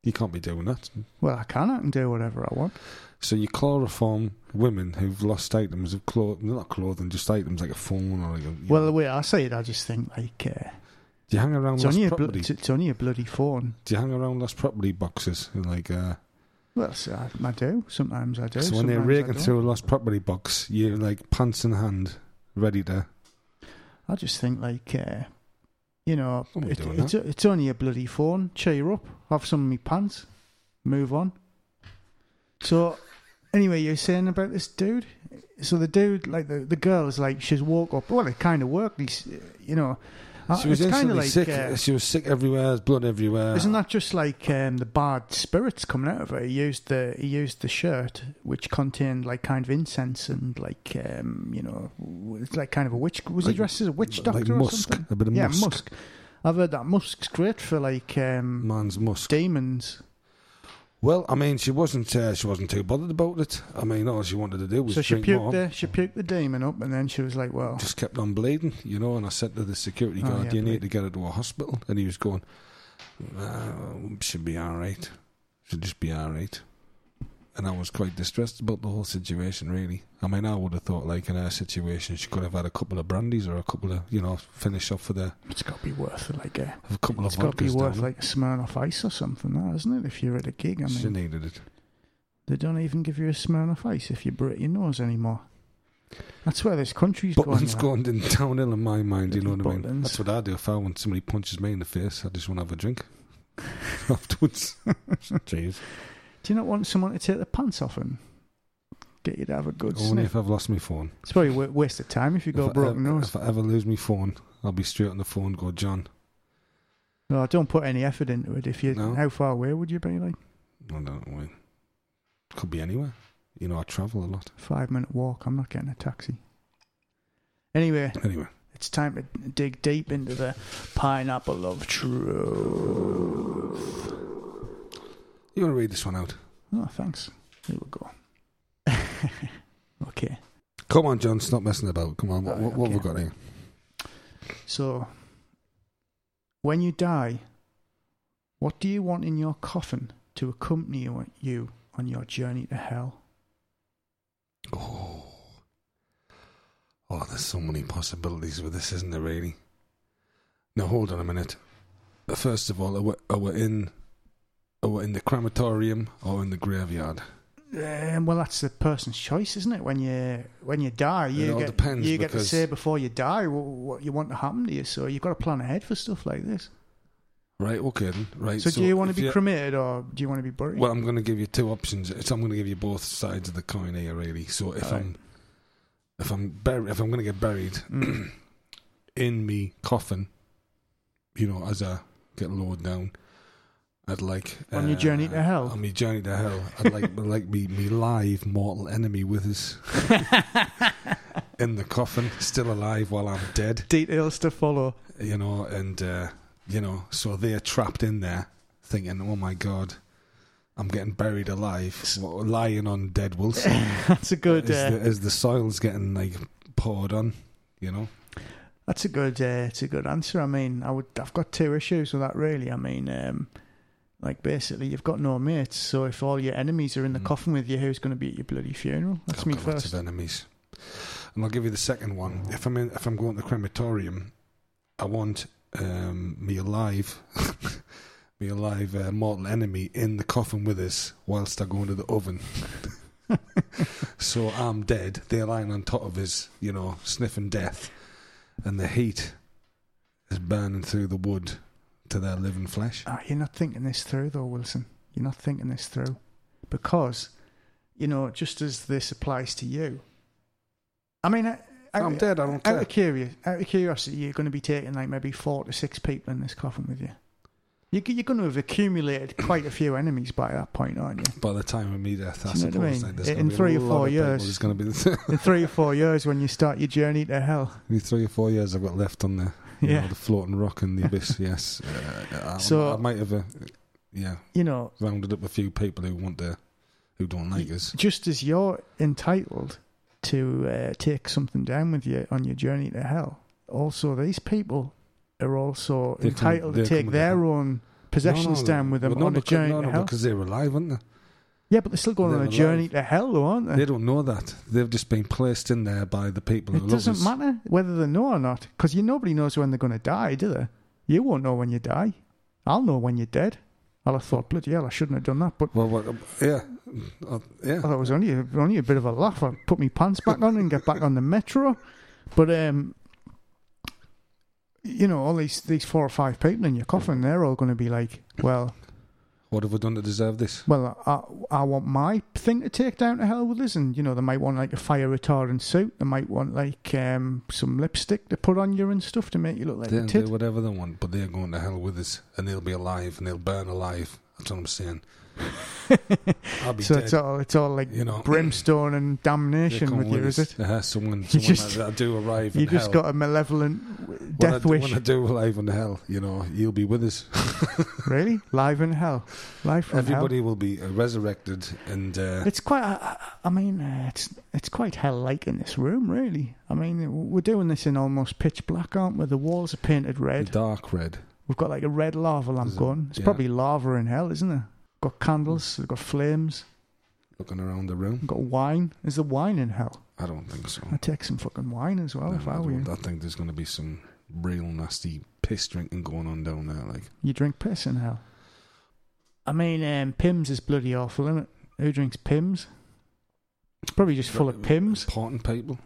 [SPEAKER 5] You can't be doing that.
[SPEAKER 3] well, I can. I can do whatever I want.
[SPEAKER 5] So you chloroform women who've lost items of clothing, not clothing, just items like a phone or like a. you
[SPEAKER 3] Well, the
[SPEAKER 5] know.
[SPEAKER 3] way I say it, I just think, like, uh,
[SPEAKER 5] do you hang around
[SPEAKER 3] it's,
[SPEAKER 5] lost
[SPEAKER 3] only a blo-
[SPEAKER 5] property?
[SPEAKER 3] it's, it's only a bloody phone.
[SPEAKER 5] do you hang around lost property boxes? And like, uh,
[SPEAKER 3] Well, so I, I do. Sometimes I do.
[SPEAKER 5] so when they're
[SPEAKER 3] sometimes I
[SPEAKER 5] raking
[SPEAKER 3] don't.
[SPEAKER 5] through a lost property box, you're like pants in hand, ready to.
[SPEAKER 3] I just think, like, uh, you know,
[SPEAKER 5] I'm not
[SPEAKER 3] it,
[SPEAKER 5] doing
[SPEAKER 3] it's, it's only a bloody phone. Cheer up. Have some of me pants. Move on. So, anyway, you're saying about this dude. So the dude, like the the girl, is like she's woke up. Well, it kind of worked. He's, you know, I-
[SPEAKER 5] She was
[SPEAKER 3] Ah, it's kind
[SPEAKER 5] instantly
[SPEAKER 3] of like.
[SPEAKER 5] sick.
[SPEAKER 3] uh,
[SPEAKER 5] she was sick everywhere. There's blood everywhere.
[SPEAKER 3] Isn't that just like um, the bad spirits coming out of her? He used the he used the shirt which contained like kind of incense and like um, you know w- it's like kind of a witch. Was
[SPEAKER 5] Like-
[SPEAKER 3] he dressed as a witch doctor
[SPEAKER 5] like
[SPEAKER 3] or
[SPEAKER 5] musk?
[SPEAKER 3] something?
[SPEAKER 5] A bit of
[SPEAKER 3] yeah,
[SPEAKER 5] musk.
[SPEAKER 3] musk. I've heard that musk's great for like um,
[SPEAKER 5] Man's musk.
[SPEAKER 3] demons.
[SPEAKER 5] Well, I mean, she wasn't. Uh, she wasn't too bothered about it. I mean, all she wanted to do was
[SPEAKER 3] So she
[SPEAKER 5] drink
[SPEAKER 3] puked
[SPEAKER 5] more.
[SPEAKER 3] the she puked the demon up, and then she was like, "Well,
[SPEAKER 5] just kept on bleeding, you know. And I said to the security
[SPEAKER 3] Oh,
[SPEAKER 5] guard,
[SPEAKER 3] yeah,
[SPEAKER 5] "You
[SPEAKER 3] bleed.
[SPEAKER 5] need to get her to a hospital." And he was going, uh, "Should be all right. Should just be all right." And I was quite distressed about the whole situation. Really, I mean, I would have thought, like in her situation, she could have had a couple of brandies or a couple of, you know, finish off with a,
[SPEAKER 3] it's got to be worth like a
[SPEAKER 5] a couple
[SPEAKER 3] it's
[SPEAKER 5] of
[SPEAKER 3] got to be
[SPEAKER 5] vodkas.
[SPEAKER 3] worth
[SPEAKER 5] down.
[SPEAKER 3] like a Smirnoff Ice or something, that, isn't it? If you're at a gig, I
[SPEAKER 5] she
[SPEAKER 3] mean,
[SPEAKER 5] needed it.
[SPEAKER 3] They don't even give you a Smirnoff Ice if you brit your nose anymore. That's where this country's
[SPEAKER 5] But
[SPEAKER 3] going.
[SPEAKER 5] man's
[SPEAKER 3] now.
[SPEAKER 5] going downhill in my mind, you know what I mean?
[SPEAKER 3] Butlins.
[SPEAKER 5] That's what I do if I when somebody punches me in the face, I just want to have a drink afterwards. Jeez.
[SPEAKER 3] Do you not want someone to take their pants off and get you to have a good
[SPEAKER 5] Only
[SPEAKER 3] sniff?
[SPEAKER 5] if I've lost my phone.
[SPEAKER 3] It's probably a waste of time if you got
[SPEAKER 5] if,
[SPEAKER 3] a broken
[SPEAKER 5] I, ever-
[SPEAKER 3] nose.
[SPEAKER 5] if I ever lose my phone, I'll be straight on the phone, go, John,
[SPEAKER 3] No, don't put any effort into it. If you,
[SPEAKER 5] No.
[SPEAKER 3] how far away would you be? Like
[SPEAKER 5] I don't know. Could be anywhere. You know, I travel a lot.
[SPEAKER 3] five minute walk. I'm not getting a taxi. Anyway,
[SPEAKER 5] Anyway,
[SPEAKER 3] it's time to dig deep into the pineapple of truth.
[SPEAKER 5] you want to read this one out?
[SPEAKER 3] Oh, thanks. Here we go. okay.
[SPEAKER 5] Come on, John, stop messing about. Come on, what,
[SPEAKER 3] Right,
[SPEAKER 5] what, what have we
[SPEAKER 3] okay.
[SPEAKER 5] got here?
[SPEAKER 3] So, when you die, what do you want in your coffin to accompany you- you on your journey to hell?
[SPEAKER 5] Oh. Oh, there's so many possibilities with this, isn't there, really? Now, hold on a minute. First of all, are we, are we in. Are we in the crematorium or in the graveyard?
[SPEAKER 3] Um, well, that's the person's choice, isn't it? When you when you die, you
[SPEAKER 5] all
[SPEAKER 3] get
[SPEAKER 5] depends
[SPEAKER 3] you get to
[SPEAKER 5] because-
[SPEAKER 3] say before you die what, what you want to happen to you. So you've got to plan ahead for stuff like this.
[SPEAKER 5] Right, okay then. Right.
[SPEAKER 3] So, do you want
[SPEAKER 5] if
[SPEAKER 3] to be cremated or do you want to be buried?
[SPEAKER 5] Well, I'm going to give you two options. It's, I'm going to give you both sides of the coin here, really. So if
[SPEAKER 3] Alright.
[SPEAKER 5] I'm if I'm buried, if I'm going to get buried
[SPEAKER 3] Mm.
[SPEAKER 5] in me coffin, you know, as I get lowered down, I'd like uh,
[SPEAKER 3] On your journey to hell?
[SPEAKER 5] On my journey to hell, I'd like I'd like me me live mortal enemy with us in the coffin, still alive while I'm dead.
[SPEAKER 3] Details to follow.
[SPEAKER 5] You know, and uh, you know, so they're trapped in there, thinking, "Oh my god." I'm getting buried alive, lying on dead Wilson.
[SPEAKER 3] That's a good.
[SPEAKER 5] as,
[SPEAKER 3] Uh,
[SPEAKER 5] the, as the soil's getting like poured on, you know.
[SPEAKER 3] That's a good. Uh, it's a good answer. I mean, I would. I've got two issues with that. Really, I mean, um, like basically, you've got no mates. So if all your enemies are in the
[SPEAKER 5] Mm.
[SPEAKER 3] coffin with you, who's going to be at your bloody funeral? That's
[SPEAKER 5] I've
[SPEAKER 3] me
[SPEAKER 5] got lots
[SPEAKER 3] first.
[SPEAKER 5] of enemies, and I'll give you the second one. If I'm in, if I'm going to the crematorium, I want um, me alive, me alive uh, mortal enemy in the coffin with us whilst I go into the oven. so I'm dead. They're lying on top of us, you know, sniffing death, and the heat is burning through the wood to their living flesh.
[SPEAKER 3] Ah, you're not thinking this through, though, Wilson. You're not thinking this through, because you know, just as this applies to you. I mean, I, I,
[SPEAKER 5] I'm dead. I don't
[SPEAKER 3] Out
[SPEAKER 5] care.
[SPEAKER 3] of curious, out of curiosity, you're going to be taking like maybe four to six people in this coffin with you. You're, you're going to have accumulated quite a few enemies by that point, aren't you?
[SPEAKER 5] by the time of me death, I
[SPEAKER 3] Do you know
[SPEAKER 5] suppose
[SPEAKER 3] what I mean?
[SPEAKER 5] like, there's
[SPEAKER 3] In
[SPEAKER 5] gonna be a
[SPEAKER 3] three or
[SPEAKER 5] lot
[SPEAKER 3] four
[SPEAKER 5] of people.
[SPEAKER 3] years.
[SPEAKER 5] There's going to be
[SPEAKER 3] in three or four years when you start your journey to hell.
[SPEAKER 5] the three or four years I've got left on the You
[SPEAKER 3] Yeah.
[SPEAKER 5] know, the floating rock in the abyss. Yes. Uh, I,
[SPEAKER 3] So-
[SPEAKER 5] I might have, uh yeah,
[SPEAKER 3] You know,
[SPEAKER 5] rounded up a few people who want to, who don't like us.
[SPEAKER 3] just as you're entitled to uh, take something down with you on your journey to hell, also these people are also
[SPEAKER 5] They come-
[SPEAKER 3] entitled
[SPEAKER 5] they
[SPEAKER 3] to take
[SPEAKER 5] come-
[SPEAKER 3] their own possessions
[SPEAKER 5] No, no,
[SPEAKER 3] down with them
[SPEAKER 5] well, no,
[SPEAKER 3] on a
[SPEAKER 5] because-
[SPEAKER 3] journey
[SPEAKER 5] no,
[SPEAKER 3] to
[SPEAKER 5] no,
[SPEAKER 3] hell.
[SPEAKER 5] because they're alive, aren't they?
[SPEAKER 3] yeah, but they're still going on
[SPEAKER 5] they're
[SPEAKER 3] a
[SPEAKER 5] alive.
[SPEAKER 3] journey to hell, though, aren't
[SPEAKER 5] They don't know that. They've just been placed in there by the people who
[SPEAKER 3] It
[SPEAKER 5] love
[SPEAKER 3] doesn't
[SPEAKER 5] us.
[SPEAKER 3] matter whether they know or not, because you nobody knows when they're going to die, do they? You won't know when you die. I'll know when you're dead. I'll have thought, bloody hell, I shouldn't have done that, but
[SPEAKER 5] Well, what, yeah, Uh, yeah.
[SPEAKER 3] I thought it was only a, only a bit of a laugh. I put my pants back on and get back on the metro, but um, you know, all these these four or five people in your coffin, they're all going to be like, well,
[SPEAKER 5] What have we done to deserve this?
[SPEAKER 3] well, I, I want my thing to take down to hell with us, and you know they might want like a fire retardant suit, they might want like um, some lipstick to put on you and stuff to make you look like
[SPEAKER 5] They'll
[SPEAKER 3] a
[SPEAKER 5] do
[SPEAKER 3] tit.
[SPEAKER 5] whatever they want, but they're going to hell with us, and they'll be alive, and they'll burn alive. That's what I'm saying. I'll be
[SPEAKER 3] So
[SPEAKER 5] dead.
[SPEAKER 3] it's all it's all like
[SPEAKER 5] You know.
[SPEAKER 3] brimstone and
[SPEAKER 5] They
[SPEAKER 3] damnation
[SPEAKER 5] come
[SPEAKER 3] with you,
[SPEAKER 5] us.
[SPEAKER 3] is it?
[SPEAKER 5] Uh-huh, someone, someone
[SPEAKER 3] You just-
[SPEAKER 5] that I do arrive.
[SPEAKER 3] You
[SPEAKER 5] in
[SPEAKER 3] just
[SPEAKER 5] hell.
[SPEAKER 3] got a malevolent w-
[SPEAKER 5] When I
[SPEAKER 3] death
[SPEAKER 5] do-
[SPEAKER 3] wish,
[SPEAKER 5] When I do arrive in hell, you know, you'll be with us.
[SPEAKER 3] really? Live in hell, live from hell.
[SPEAKER 5] Everybody will be uh, resurrected, and uh,
[SPEAKER 3] It's quite. I, I- I mean, uh, it's it's quite hell-like in this room, really. I mean, we're doing this in almost pitch black, aren't we? The walls are painted
[SPEAKER 5] the
[SPEAKER 3] red.
[SPEAKER 5] dark red.
[SPEAKER 3] We've got like a red lava lamp
[SPEAKER 5] There's a-
[SPEAKER 3] going. It's
[SPEAKER 5] yeah.
[SPEAKER 3] probably lava in hell, isn't it? Got candles. We've got flames.
[SPEAKER 5] Looking around the room,
[SPEAKER 3] We've got wine. Is there wine in hell?
[SPEAKER 5] I don't think so.
[SPEAKER 3] I'd take some fucking wine as well
[SPEAKER 5] No,
[SPEAKER 3] if
[SPEAKER 5] I
[SPEAKER 3] I were you.
[SPEAKER 5] don't- I think there's going to be some real nasty piss drinking going on down there. Like,
[SPEAKER 3] You drink piss in hell. I mean, um, Pims is bloody awful, isn't it? Who drinks Pims? It's probably just full of Pims.
[SPEAKER 5] uh, Important people.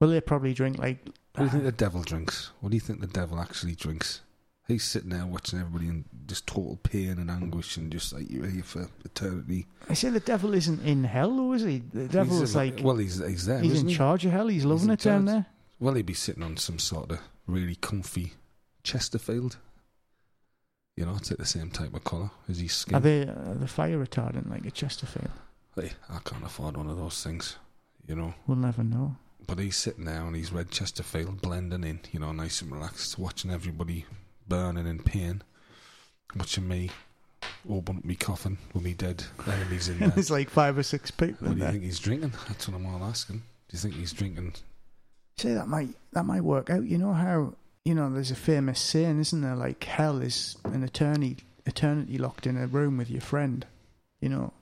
[SPEAKER 3] Well, they probably drink like.
[SPEAKER 5] What do you think the devil drinks? What do you think the devil actually drinks? He's sitting there watching everybody in just total pain and anguish and just like you're here for eternity.
[SPEAKER 3] I say the devil isn't in hell, though, is he? The devil
[SPEAKER 5] He's
[SPEAKER 3] is
[SPEAKER 5] in-
[SPEAKER 3] like
[SPEAKER 5] well, he's he's there,
[SPEAKER 3] he's
[SPEAKER 5] isn't
[SPEAKER 3] in
[SPEAKER 5] he?
[SPEAKER 3] charge of hell. He's loving
[SPEAKER 5] in
[SPEAKER 3] it down
[SPEAKER 5] charge.
[SPEAKER 3] there.
[SPEAKER 5] Well, he'd be sitting on some sort of really comfy Chesterfield. You know, it's like the same type of colour as his skin.
[SPEAKER 3] Are they uh, the fire retardant like a Chesterfield?
[SPEAKER 5] hey, I can't afford one of those things, you know.
[SPEAKER 3] We'll never know.
[SPEAKER 5] But he's sitting there and he's red Chesterfield blending in, you know, nice and relaxed, watching everybody burning in pain, watching me open up me coffin with me dead enemies in there.
[SPEAKER 3] There's like five or six people
[SPEAKER 5] what
[SPEAKER 3] in
[SPEAKER 5] do you
[SPEAKER 3] there.
[SPEAKER 5] think he's drinking? That's what I'm all asking. Do you think he's drinking?
[SPEAKER 3] Say that might that might work out. You know how you know there's a famous saying, isn't there? Like hell is an eternity eternity locked in a room with your friend. You know,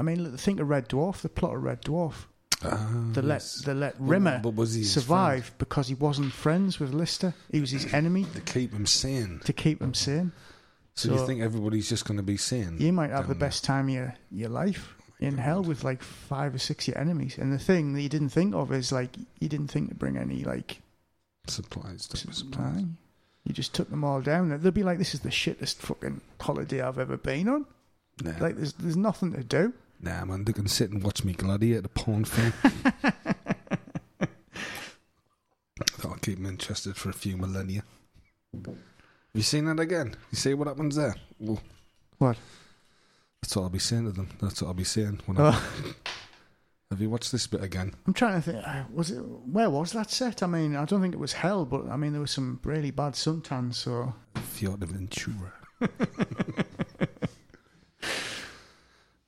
[SPEAKER 3] I mean, look, think of Red Dwarf. The plot of Red Dwarf.
[SPEAKER 5] Ah,
[SPEAKER 3] They let
[SPEAKER 5] yes.
[SPEAKER 3] they let
[SPEAKER 5] But-
[SPEAKER 3] Rimmer
[SPEAKER 5] but was he his
[SPEAKER 3] survive because he wasn't friends with Lister. He was his enemy
[SPEAKER 5] friend? To keep him sane.
[SPEAKER 3] to keep him sane.
[SPEAKER 5] So, do
[SPEAKER 3] So-
[SPEAKER 5] you think everybody's just going to be sane?
[SPEAKER 3] you might have the
[SPEAKER 5] down there?
[SPEAKER 3] best time of your, your life in hell with like five or six of your enemies. And the thing that you didn't think of is like you didn't think to bring any like
[SPEAKER 5] supplies. Don't be
[SPEAKER 3] supply.
[SPEAKER 5] surprised.
[SPEAKER 3] You just took them all down. They'd be like, "This is the shittest fucking holiday I've ever been on."
[SPEAKER 5] Nah,
[SPEAKER 3] Like, there's there's nothing to do.
[SPEAKER 5] nah, man, they can sit and watch me gladiator porn film. That'll keep them interested for a few millennia. You seen that again? You see what happens there? Well,
[SPEAKER 3] What?
[SPEAKER 5] that's what I'll be saying to them. That's what I'll be saying. When
[SPEAKER 3] Oh,
[SPEAKER 5] I, have you watched this bit again?
[SPEAKER 3] I'm trying to think. uh, Was it where was that set? I mean, I don't think it was hell, but I mean there was some really bad suntans. So
[SPEAKER 5] Ventura.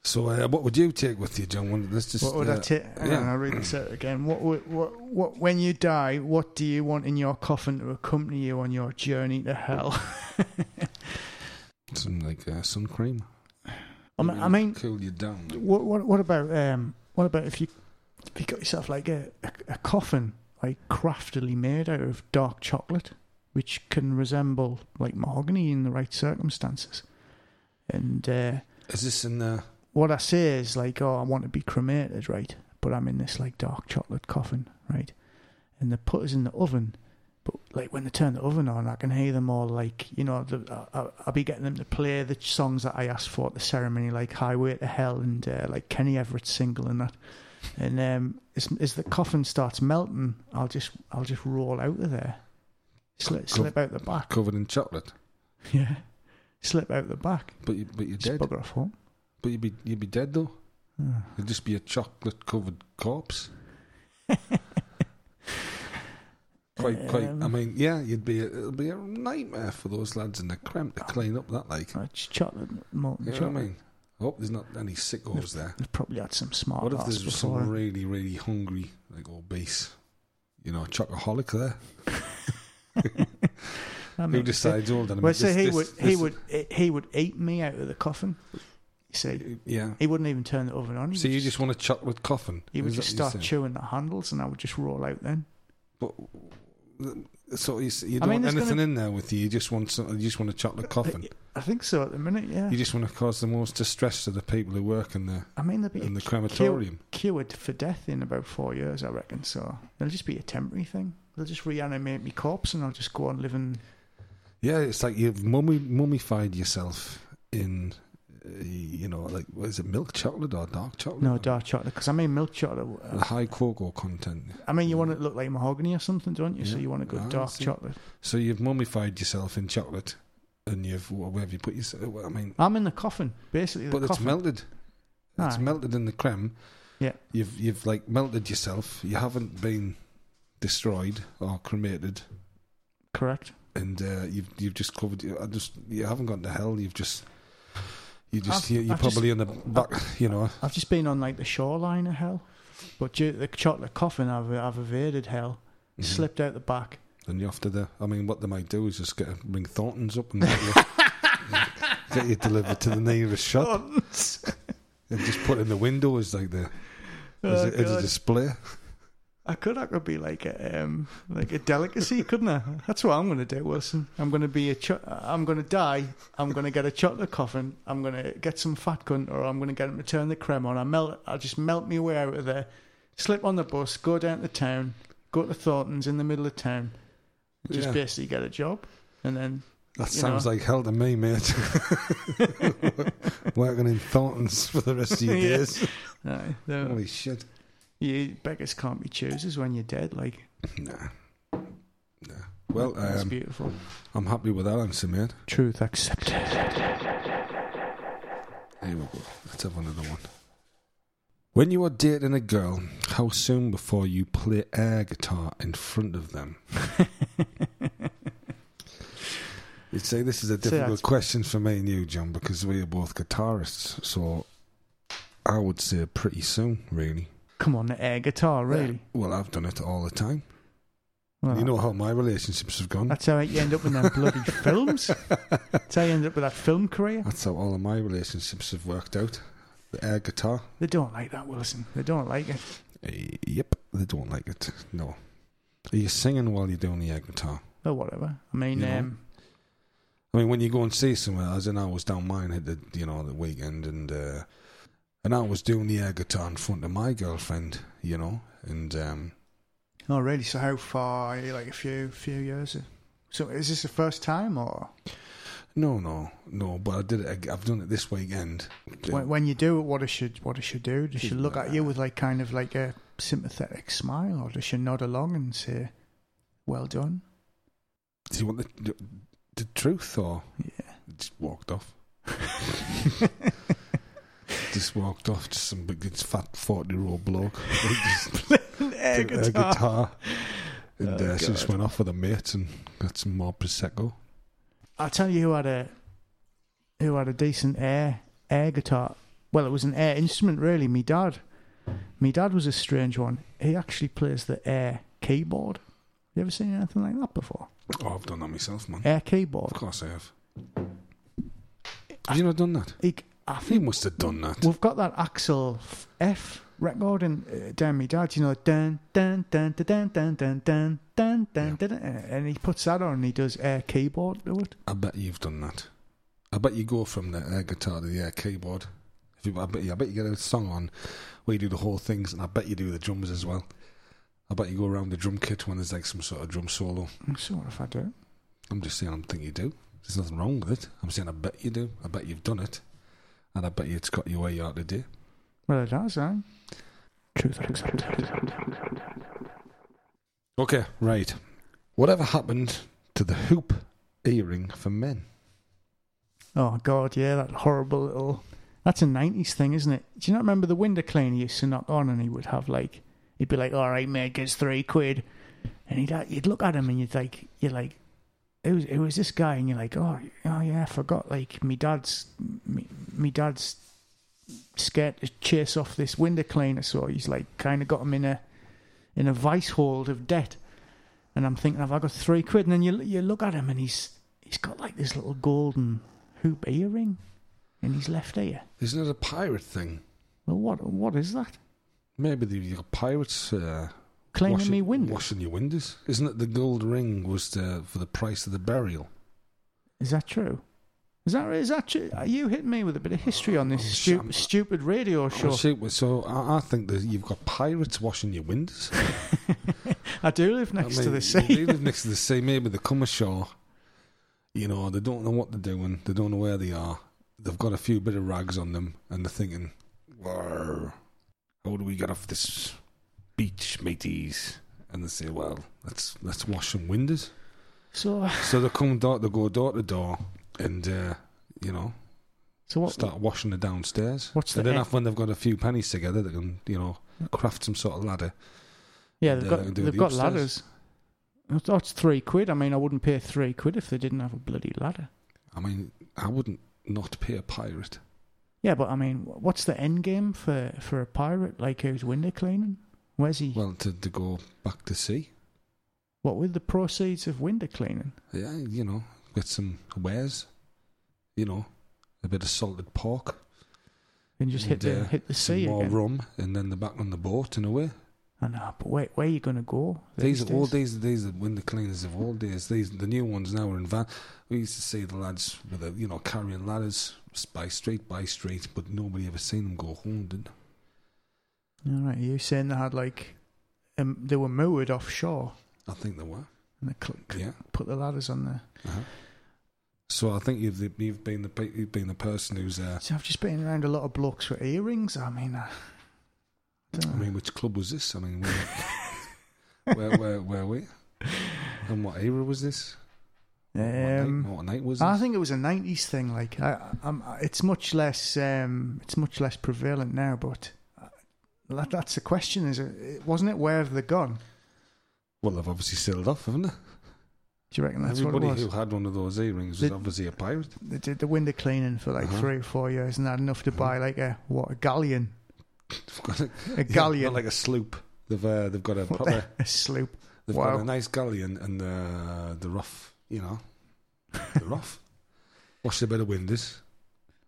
[SPEAKER 5] so, uh, what would you take with you, John? Well, Let's just.
[SPEAKER 3] What would
[SPEAKER 5] uh,
[SPEAKER 3] I take?
[SPEAKER 5] yeah.
[SPEAKER 3] I read this out again. What, would- what, what, when you die, what do you want in your coffin to accompany you on your journey to hell?
[SPEAKER 5] Some like uh, sun cream.
[SPEAKER 3] I mean,
[SPEAKER 5] Mm-hmm.
[SPEAKER 3] I mean
[SPEAKER 5] cool you down. like-
[SPEAKER 3] what, what, what about, um, what about if you, if you got yourself like a, a, a coffin, like craftily made out of dark chocolate, which can resemble like mahogany in the right circumstances, and. Uh,
[SPEAKER 5] Is this in uh, the?
[SPEAKER 3] what I say is like, oh, I want to be cremated, right? But I'm in this like dark chocolate coffin, right? And they put us in the oven, but like when they turn the oven on, I can hear them all like, you know, the, I, I- I'll be getting them to play the songs that I asked for at the ceremony, like Highway to Hell and uh, like Kenny Everett's single and that. And um, as, as the coffin starts melting, I'll just I'll just roll out of there, slip,
[SPEAKER 5] Cool.
[SPEAKER 3] slip out the back,
[SPEAKER 5] covered in chocolate?
[SPEAKER 3] yeah, slip out the back,
[SPEAKER 5] But you, but you're
[SPEAKER 3] just
[SPEAKER 5] dead.
[SPEAKER 3] bugger off home.
[SPEAKER 5] But you'd be you'd be dead though.
[SPEAKER 3] Ah.
[SPEAKER 5] You'd just be a chocolate covered corpse. Quite, quite. I
[SPEAKER 3] Um,
[SPEAKER 5] mean, yeah, you'd be a, it'll be a nightmare for those lads in the cramp to clean up that like.
[SPEAKER 3] It's chocolate, molten
[SPEAKER 5] You know
[SPEAKER 3] chocolate.
[SPEAKER 5] what I mean? I hope there's not any sickos there.
[SPEAKER 3] They've probably had some smart
[SPEAKER 5] What if
[SPEAKER 3] arse
[SPEAKER 5] there's
[SPEAKER 3] before.
[SPEAKER 5] some really, really hungry, like obese, you know, chocoholic there
[SPEAKER 3] I
[SPEAKER 5] who
[SPEAKER 3] mean,
[SPEAKER 5] decides all that?
[SPEAKER 3] Well, so he would he would eh, he would eat me out of the coffin. You see,
[SPEAKER 5] yeah.
[SPEAKER 3] he wouldn't even turn the oven on. He
[SPEAKER 5] So
[SPEAKER 3] would
[SPEAKER 5] you just want a chocolate coffin?
[SPEAKER 3] he would
[SPEAKER 5] Is that
[SPEAKER 3] just
[SPEAKER 5] what you're
[SPEAKER 3] start
[SPEAKER 5] saying?
[SPEAKER 3] chewing the handles, and I would just roll out. Then
[SPEAKER 5] uh, So you, s- you
[SPEAKER 3] I
[SPEAKER 5] don't
[SPEAKER 3] mean,
[SPEAKER 5] want
[SPEAKER 3] there's
[SPEAKER 5] anything
[SPEAKER 3] gonna-
[SPEAKER 5] in there with you. You just want some, you just want a chocolate coffin.
[SPEAKER 3] I think so at the minute. Yeah,
[SPEAKER 5] You just want to cause the most distress to the people who work in the
[SPEAKER 3] I mean they'll be
[SPEAKER 5] in the
[SPEAKER 3] cu-
[SPEAKER 5] crematorium.
[SPEAKER 3] cured for death in about four years, I reckon. So it'll just be a temporary thing. They'll just reanimate me corpse, and I'll just go on living.
[SPEAKER 5] Yeah, it's like you've mummy, mummified yourself in, uh, you know, like what is it milk chocolate or dark chocolate?
[SPEAKER 3] No dark chocolate, because I mean milk chocolate.
[SPEAKER 5] The
[SPEAKER 3] uh,
[SPEAKER 5] high cocoa content.
[SPEAKER 3] I mean you want it to look like mahogany or something, don't you? So
[SPEAKER 5] Yeah.
[SPEAKER 3] you want to go
[SPEAKER 5] Ah, I
[SPEAKER 3] dark
[SPEAKER 5] see.
[SPEAKER 3] chocolate.
[SPEAKER 5] So you've mummified yourself in chocolate, and you've wh- where have you put yourself? I mean,
[SPEAKER 3] I'm in the coffin, basically. The
[SPEAKER 5] but it's
[SPEAKER 3] coffin.
[SPEAKER 5] melted. It's
[SPEAKER 3] Aye.
[SPEAKER 5] melted in the creme.
[SPEAKER 3] Yeah.
[SPEAKER 5] You've you've like melted yourself. You haven't been destroyed or cremated,
[SPEAKER 3] Correct.
[SPEAKER 5] and uh, you've you've just covered. I just you haven't gone to hell. You've just you just
[SPEAKER 3] I've-
[SPEAKER 5] you, you're
[SPEAKER 3] I've just-
[SPEAKER 5] probably in the back. You know.
[SPEAKER 3] I've just been on like the shoreline of hell, but due to the chocolate coffin, I've I've evaded hell,
[SPEAKER 5] Mm-hmm.
[SPEAKER 3] slipped out the back.
[SPEAKER 5] And you have to the. I mean, what they might do is just get a ring Thorntons up and get you, get you delivered to the nearest shop. And just put in the window as like the as, a, as a
[SPEAKER 3] Oh, God.
[SPEAKER 5] display.
[SPEAKER 3] I could I could be like a um, like a delicacy, couldn't I? That's what I'm going to do, Wilson. I'm going to be a cho- I'm going to die. I'm going to get a chocolate coffin. I'm going to get some fat cunt, or I'm going to get him to turn the creme on. I melt. I just melt me way out of there. Slip on the bus, go down to town, go to Thornton's in the middle of town. Just
[SPEAKER 5] Yeah.
[SPEAKER 3] basically get a job, and then
[SPEAKER 5] That
[SPEAKER 3] you
[SPEAKER 5] sounds
[SPEAKER 3] know.
[SPEAKER 5] like hell to me, mate. Working in Thorntons for the rest of your
[SPEAKER 3] Yeah.
[SPEAKER 5] days.
[SPEAKER 3] uh, the-
[SPEAKER 5] Holy shit.
[SPEAKER 3] You beggars can't be choosers when you're dead. Like
[SPEAKER 5] Nah. Nah. Well,
[SPEAKER 3] that's
[SPEAKER 5] um,
[SPEAKER 3] beautiful.
[SPEAKER 5] I'm happy with that answer, mate.
[SPEAKER 3] Truth accepted.
[SPEAKER 5] Here we go. Let's have another one. When you are dating a girl, how soon before you play air guitar in front of them? You'd say this is a difficult
[SPEAKER 3] that's-
[SPEAKER 5] question for me and you, John, because we are both guitarists. So I would say pretty soon, really.
[SPEAKER 3] Come on, the air guitar, really?
[SPEAKER 5] Well, I've done it all the time.
[SPEAKER 3] Well,
[SPEAKER 5] You know how my relationships have gone.
[SPEAKER 3] that's how you end up in them bloody films. That's how you end up with that film career.
[SPEAKER 5] That's how all of my relationships have worked out. The air guitar.
[SPEAKER 3] They don't like that, Wilson. They don't like it.
[SPEAKER 5] Eh, Yep, they don't like it. No. Are you singing while you're doing the air guitar?
[SPEAKER 3] Or whatever. I mean,
[SPEAKER 5] You know.
[SPEAKER 3] um,
[SPEAKER 5] I mean, when you go and see somewhere, as in I was down mine at the you know the weekend, and uh, and I was doing the air guitar in front of my girlfriend, you know, and um,
[SPEAKER 3] oh really? So how far? Like a few, few years. So is this the first time, or
[SPEAKER 5] no, no, no, but I did it. ag- I've done it this weekend.
[SPEAKER 3] when, when you do it, what does she, what does she do? Does she
[SPEAKER 5] She's
[SPEAKER 3] look
[SPEAKER 5] like-
[SPEAKER 3] at you with like kind of like a sympathetic smile, or does she nod along and say, "Well done"?
[SPEAKER 5] Do you want the the truth or
[SPEAKER 3] Yeah.
[SPEAKER 5] just walked off? Just walked off, just some big it's fat forty year old bloke. He just
[SPEAKER 3] air
[SPEAKER 5] took her guitar. And uh, she just went off with her mates and got some more prosecco.
[SPEAKER 3] I'll tell you who had a who had a decent air air guitar. Well, it was an air instrument, really. Me dad. Me dad was a strange one. He actually plays the air keyboard. You ever seen anything like that before?
[SPEAKER 5] Oh, I've done that myself, man.
[SPEAKER 3] Air
[SPEAKER 5] Of
[SPEAKER 3] keyboard.
[SPEAKER 5] course I have. Have you not done that?
[SPEAKER 3] He, I
[SPEAKER 5] He
[SPEAKER 3] think
[SPEAKER 5] must have done that.
[SPEAKER 3] we've got that Axel F- F record in uh, down me dad. You know, dun dun dun dun dun dun dun dun dun dun, dun, and he puts that on and he does air keyboard to it.
[SPEAKER 5] I bet you've done that. I bet you go from the air guitar to the air keyboard. If you, I bet you, I bet you get a song on where you do the whole things, and I bet you do the drums as well. I bet you go around the drum kit when there's like some sort of drum solo.
[SPEAKER 3] So what if I do?
[SPEAKER 5] I'm just saying, I don't think you do. There's nothing wrong with it. I'm saying, I bet you do. I bet you've done it, and I bet you it's got you where you are today.
[SPEAKER 3] Well, it does, eh? Truth accepted.
[SPEAKER 5] Okay, right. Whatever happened to the hoop earring for men?
[SPEAKER 3] Oh God, yeah, that horrible little. That's a nineties thing, isn't it? Do you not remember the window cleaner used to knock on and he would have like, he'd be like, "All right, mate, it's three quid," and he'd you'd look at him and you'd like you're like it was it was this guy and you're like oh oh yeah I forgot like me dad's me, me dad's scared to chase off this window cleaner so he's like kind of got him in a in a vice hold of debt and I'm thinking have I got three quid and then you you look at him and he's he's got like this little golden hoop earring in his left ear
[SPEAKER 5] Isn't it a pirate thing?
[SPEAKER 3] well what what is that
[SPEAKER 5] Maybe the your pirates uh,
[SPEAKER 3] cleaning
[SPEAKER 5] washing,
[SPEAKER 3] me windows
[SPEAKER 5] washing your windows. Isn't it the gold ring was the, for the price of the burial?
[SPEAKER 3] Is that true? Is that is that true? Uh, You hit me with a bit of history on this
[SPEAKER 5] Oh,
[SPEAKER 3] stu-
[SPEAKER 5] I'm-
[SPEAKER 3] stupid radio show.
[SPEAKER 5] Well, see, so I, I think that you've got pirates washing your windows.
[SPEAKER 3] I do live
[SPEAKER 5] I
[SPEAKER 3] next to
[SPEAKER 5] mean,
[SPEAKER 3] the
[SPEAKER 5] They
[SPEAKER 3] sea.
[SPEAKER 5] live next to the sea. Maybe they come ashore. You know, they don't know what they're doing. They don't know where they are. They've got a few bit of rags on them, and they're thinking, "Whoa, "How do we get off this beach, mateys?" And they say, "Well, let's let's wash some windows."
[SPEAKER 3] So,
[SPEAKER 5] So they come door, they go door to door, and uh, you know,
[SPEAKER 3] so what?
[SPEAKER 5] start washing the downstairs.
[SPEAKER 3] What's
[SPEAKER 5] and
[SPEAKER 3] the
[SPEAKER 5] then
[SPEAKER 3] e-
[SPEAKER 5] after when they've got a few pennies together, they can you know craft some sort of ladder.
[SPEAKER 3] Yeah, they've
[SPEAKER 5] they don't
[SPEAKER 3] got
[SPEAKER 5] uh, do
[SPEAKER 3] they've
[SPEAKER 5] the
[SPEAKER 3] got
[SPEAKER 5] upstairs.
[SPEAKER 3] ladders. That's- That's three quid. I mean, I wouldn't pay three quid if they didn't have a bloody ladder.
[SPEAKER 5] I mean, I wouldn't not pay a pirate.
[SPEAKER 3] Yeah, but I mean, wh- what's the end game for for a pirate like who's window cleaning? Where's he?
[SPEAKER 5] Well, to, to go back to sea.
[SPEAKER 3] what with the proceeds of window cleaning?
[SPEAKER 5] Yeah, you know, get some wares. You know, a bit of salted pork.
[SPEAKER 3] Then just hit
[SPEAKER 5] and,
[SPEAKER 3] the
[SPEAKER 5] uh,
[SPEAKER 3] hit the
[SPEAKER 5] some
[SPEAKER 3] sea
[SPEAKER 5] more
[SPEAKER 3] again.
[SPEAKER 5] rum, and then they're back on the boat and away.
[SPEAKER 3] I know, but wait, where are you going to go?
[SPEAKER 5] These,
[SPEAKER 3] these
[SPEAKER 5] are all
[SPEAKER 3] days?
[SPEAKER 5] these these are window cleaners of old days. These the new ones now are in van. We used to see the lads with the, you know carrying ladders by street by street, but nobody ever seen them go home. Did they?
[SPEAKER 3] All right, you saying they had like, um, they were moored offshore
[SPEAKER 5] I think they were.
[SPEAKER 3] and they cl- cl-
[SPEAKER 5] Yeah.
[SPEAKER 3] put the ladders on there.
[SPEAKER 5] Uh-huh. So I think you've you've been the pe- you've been the person who's uh,
[SPEAKER 3] So I've just been around a lot of blokes with earrings. I mean, I, I don't
[SPEAKER 5] I
[SPEAKER 3] know.
[SPEAKER 5] mean, which club was this? I mean, where, where, where, where were we? And what era was this?
[SPEAKER 3] Um,
[SPEAKER 5] what, night, what night was this?
[SPEAKER 3] I think it was a '90s thing. Like, I, I'm, it's much less, um, it's much less prevalent now. But uh, that, that's the question: is it wasn't it? Where have they gone?
[SPEAKER 5] well, they've obviously sealed off, haven't they?
[SPEAKER 3] Do you reckon that's
[SPEAKER 5] Everybody
[SPEAKER 3] what it
[SPEAKER 5] who
[SPEAKER 3] was?
[SPEAKER 5] had one of those earrings was
[SPEAKER 3] Did-
[SPEAKER 5] obviously a pirate.
[SPEAKER 3] They did the window cleaning for like
[SPEAKER 5] Uh-huh.
[SPEAKER 3] three or four years, and had enough to buy like a what a galleon,
[SPEAKER 5] They've got a,
[SPEAKER 3] a
[SPEAKER 5] Yeah,
[SPEAKER 3] galleon,
[SPEAKER 5] not like a sloop. They've uh, they've got a
[SPEAKER 3] What
[SPEAKER 5] proper,
[SPEAKER 3] the- a sloop.
[SPEAKER 5] they've
[SPEAKER 3] Wow.
[SPEAKER 5] got a nice galleon and uh, the rough, you know, the rough. Wash a bit of windows.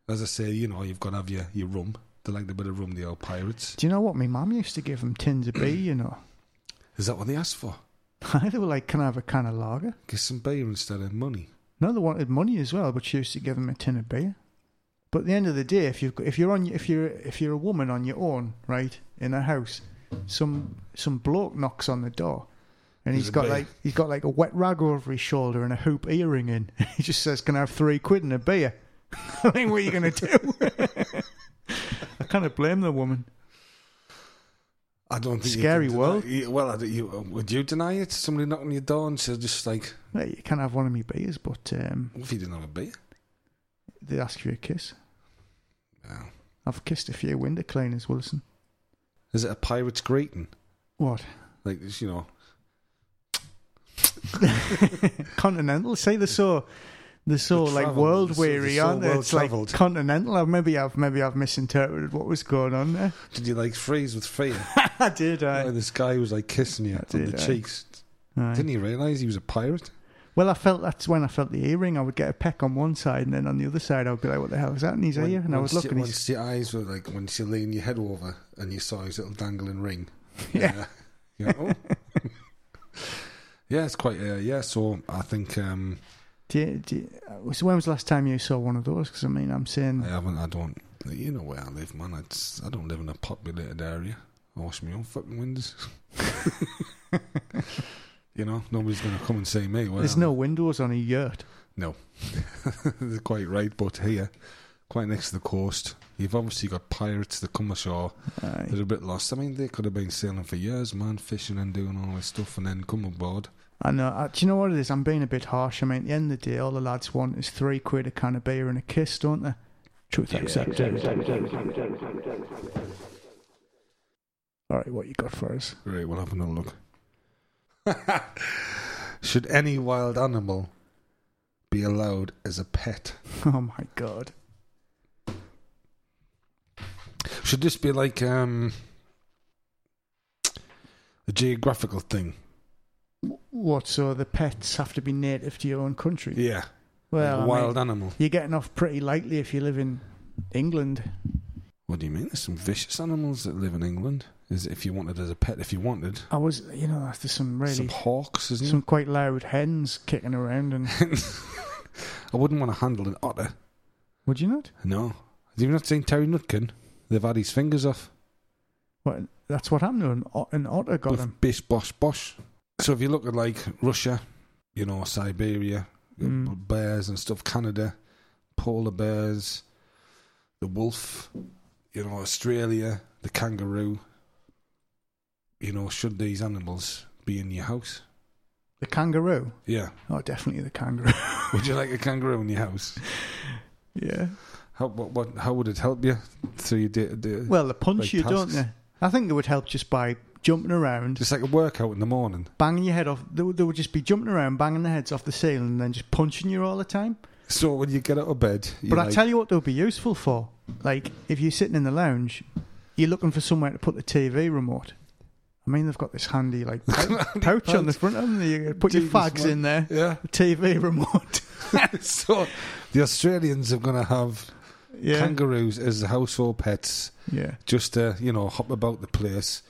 [SPEAKER 5] As I say, you know, you've got to have your, your rum. They like the bit of rum, the old pirates.
[SPEAKER 3] Do you know what my mum used to give them tins of beer? You know,
[SPEAKER 5] Is that what they asked for?
[SPEAKER 3] they were like, "Can I have a can of lager?"
[SPEAKER 5] Get some beer instead of money.
[SPEAKER 3] No, they wanted money as well, but she used to give them a tin of beer. But at the end of the day, if you if you're on if you're if you're a woman on your own, right, in a house, some some bloke knocks on the door, and
[SPEAKER 5] There's
[SPEAKER 3] he's
[SPEAKER 5] a
[SPEAKER 3] got
[SPEAKER 5] beer.
[SPEAKER 3] like he's got like a wet rag over his shoulder and a hoop earring in. He just says, "Can I have three quid and a beer?" I mean, what are you going to do? I kind of blame the woman.
[SPEAKER 5] I don't think you
[SPEAKER 3] Scary
[SPEAKER 5] can deny-
[SPEAKER 3] world.
[SPEAKER 5] you- well, I don't- you, would you deny it? Somebody knocking on your door and said, just like,
[SPEAKER 3] Well, you can have one of me beers, but um,
[SPEAKER 5] what if you didn't have a beer?
[SPEAKER 3] they ask you a kiss.
[SPEAKER 5] Well,
[SPEAKER 3] I've kissed a few window cleaners, Wilson.
[SPEAKER 5] Is it a pirate's greeting?
[SPEAKER 3] What?
[SPEAKER 5] Like, this, you know,
[SPEAKER 3] Continental? Say they're so they're so
[SPEAKER 5] They're
[SPEAKER 3] like
[SPEAKER 5] travelled,
[SPEAKER 3] world
[SPEAKER 5] they're so-
[SPEAKER 3] weary,
[SPEAKER 5] they're so
[SPEAKER 3] aren't they?
[SPEAKER 5] well
[SPEAKER 3] It's like
[SPEAKER 5] travelled.
[SPEAKER 3] continental. I've, maybe I've maybe I've misinterpreted what was going on there.
[SPEAKER 5] did you like freeze with fear?
[SPEAKER 3] I did.
[SPEAKER 5] Like,
[SPEAKER 3] I,
[SPEAKER 5] this guy was like kissing you
[SPEAKER 3] I
[SPEAKER 5] on
[SPEAKER 3] did,
[SPEAKER 5] the
[SPEAKER 3] aye.
[SPEAKER 5] cheeks. Didn't he realise he was a pirate?
[SPEAKER 3] Well, I felt that's when I felt the earring. I would get a peck on one side, and then on the other side, I'd be like, "What the hell is that in his ear?" And I was
[SPEAKER 5] once
[SPEAKER 3] looking.
[SPEAKER 5] You,
[SPEAKER 3] He's,
[SPEAKER 5] once your eyes were like, once you lean your head over and you saw his little dangling ring.
[SPEAKER 3] Yeah.
[SPEAKER 5] Uh, you know, oh. yeah, it's quite, uh, yeah, so I think um,
[SPEAKER 3] do you, do you, uh, so when was the last time you saw one of those? Because I mean, I'm saying
[SPEAKER 5] I haven't, I don't, you know where I live, man. I, just, I don't live in a populated area. I wash my own fucking windows. you know, nobody's going to come and see me. Well,
[SPEAKER 3] there's no windows on a yurt.
[SPEAKER 5] No, they're quite right. But here, quite next to the coast, you've obviously got pirates that come ashore.
[SPEAKER 3] Aye.
[SPEAKER 5] They're a bit lost. I mean, they could have been sailing for years, man, fishing and doing all this stuff, and then come aboard.
[SPEAKER 3] I know. I, do you know what it is? I'm being a bit harsh. I mean, at the end of the day, all the lads want is three quid a can of beer and a kiss, don't they? Truth accepted. All right, what you got for us?
[SPEAKER 5] Right, we'll have another look. Should any wild animal be allowed as a pet?
[SPEAKER 3] Oh my god.
[SPEAKER 5] Should this be like um, a geographical thing?
[SPEAKER 3] What? So the pets have to be native to your own country?
[SPEAKER 5] Yeah,
[SPEAKER 3] well,
[SPEAKER 5] like
[SPEAKER 3] I
[SPEAKER 5] a wild
[SPEAKER 3] mean,
[SPEAKER 5] animal.
[SPEAKER 3] you're getting off pretty lightly if you live in England.
[SPEAKER 5] What do you mean? There's some vicious animals that live in England. Is if you wanted as a pet, if you wanted
[SPEAKER 3] I was, you know, there's some really
[SPEAKER 5] some
[SPEAKER 3] some,
[SPEAKER 5] hawks, isn't
[SPEAKER 3] quite loud hens kicking around, and
[SPEAKER 5] it? I wouldn't want to handle an otter.
[SPEAKER 3] would you not?
[SPEAKER 5] No, have you not seen Terry Nutkin? They've had his fingers off
[SPEAKER 3] What? That's what happened. to An, o- an otter got
[SPEAKER 5] with
[SPEAKER 3] him.
[SPEAKER 5] bish bosh bosh. So if you look at like Russia, you know Siberia,
[SPEAKER 3] Mm.
[SPEAKER 5] bears and stuff, Canada, polar bears, the wolf, you know, Australia, the kangaroo. You know, should these animals be in your house?
[SPEAKER 3] The kangaroo.
[SPEAKER 5] Yeah.
[SPEAKER 3] Oh, definitely the kangaroo.
[SPEAKER 5] Would you like a kangaroo in your house?
[SPEAKER 3] yeah.
[SPEAKER 5] How what, what how would it help you through your day to day?
[SPEAKER 3] Well, they punch
[SPEAKER 5] Like
[SPEAKER 3] you, don't
[SPEAKER 5] tusks.
[SPEAKER 3] they? I think it would help just by jumping around,
[SPEAKER 5] Just like a workout in the morning.
[SPEAKER 3] banging your head off. They would, they would just be jumping around, banging their heads off the ceiling, and then just punching you all the time.
[SPEAKER 5] So when you get out of bed, you
[SPEAKER 3] But I tell you what, they'll be useful for. Like if you're sitting in the lounge, you're looking for somewhere to put the TV remote. I mean, they've got this handy like pou- pouch on the front of them. that You put your
[SPEAKER 5] Jesus,
[SPEAKER 3] fags
[SPEAKER 5] man.
[SPEAKER 3] in there.
[SPEAKER 5] yeah.
[SPEAKER 3] TV remote.
[SPEAKER 5] so the Australians are going to have
[SPEAKER 3] yeah,
[SPEAKER 5] kangaroos as household pets.
[SPEAKER 3] yeah.
[SPEAKER 5] just to you know hop about the place.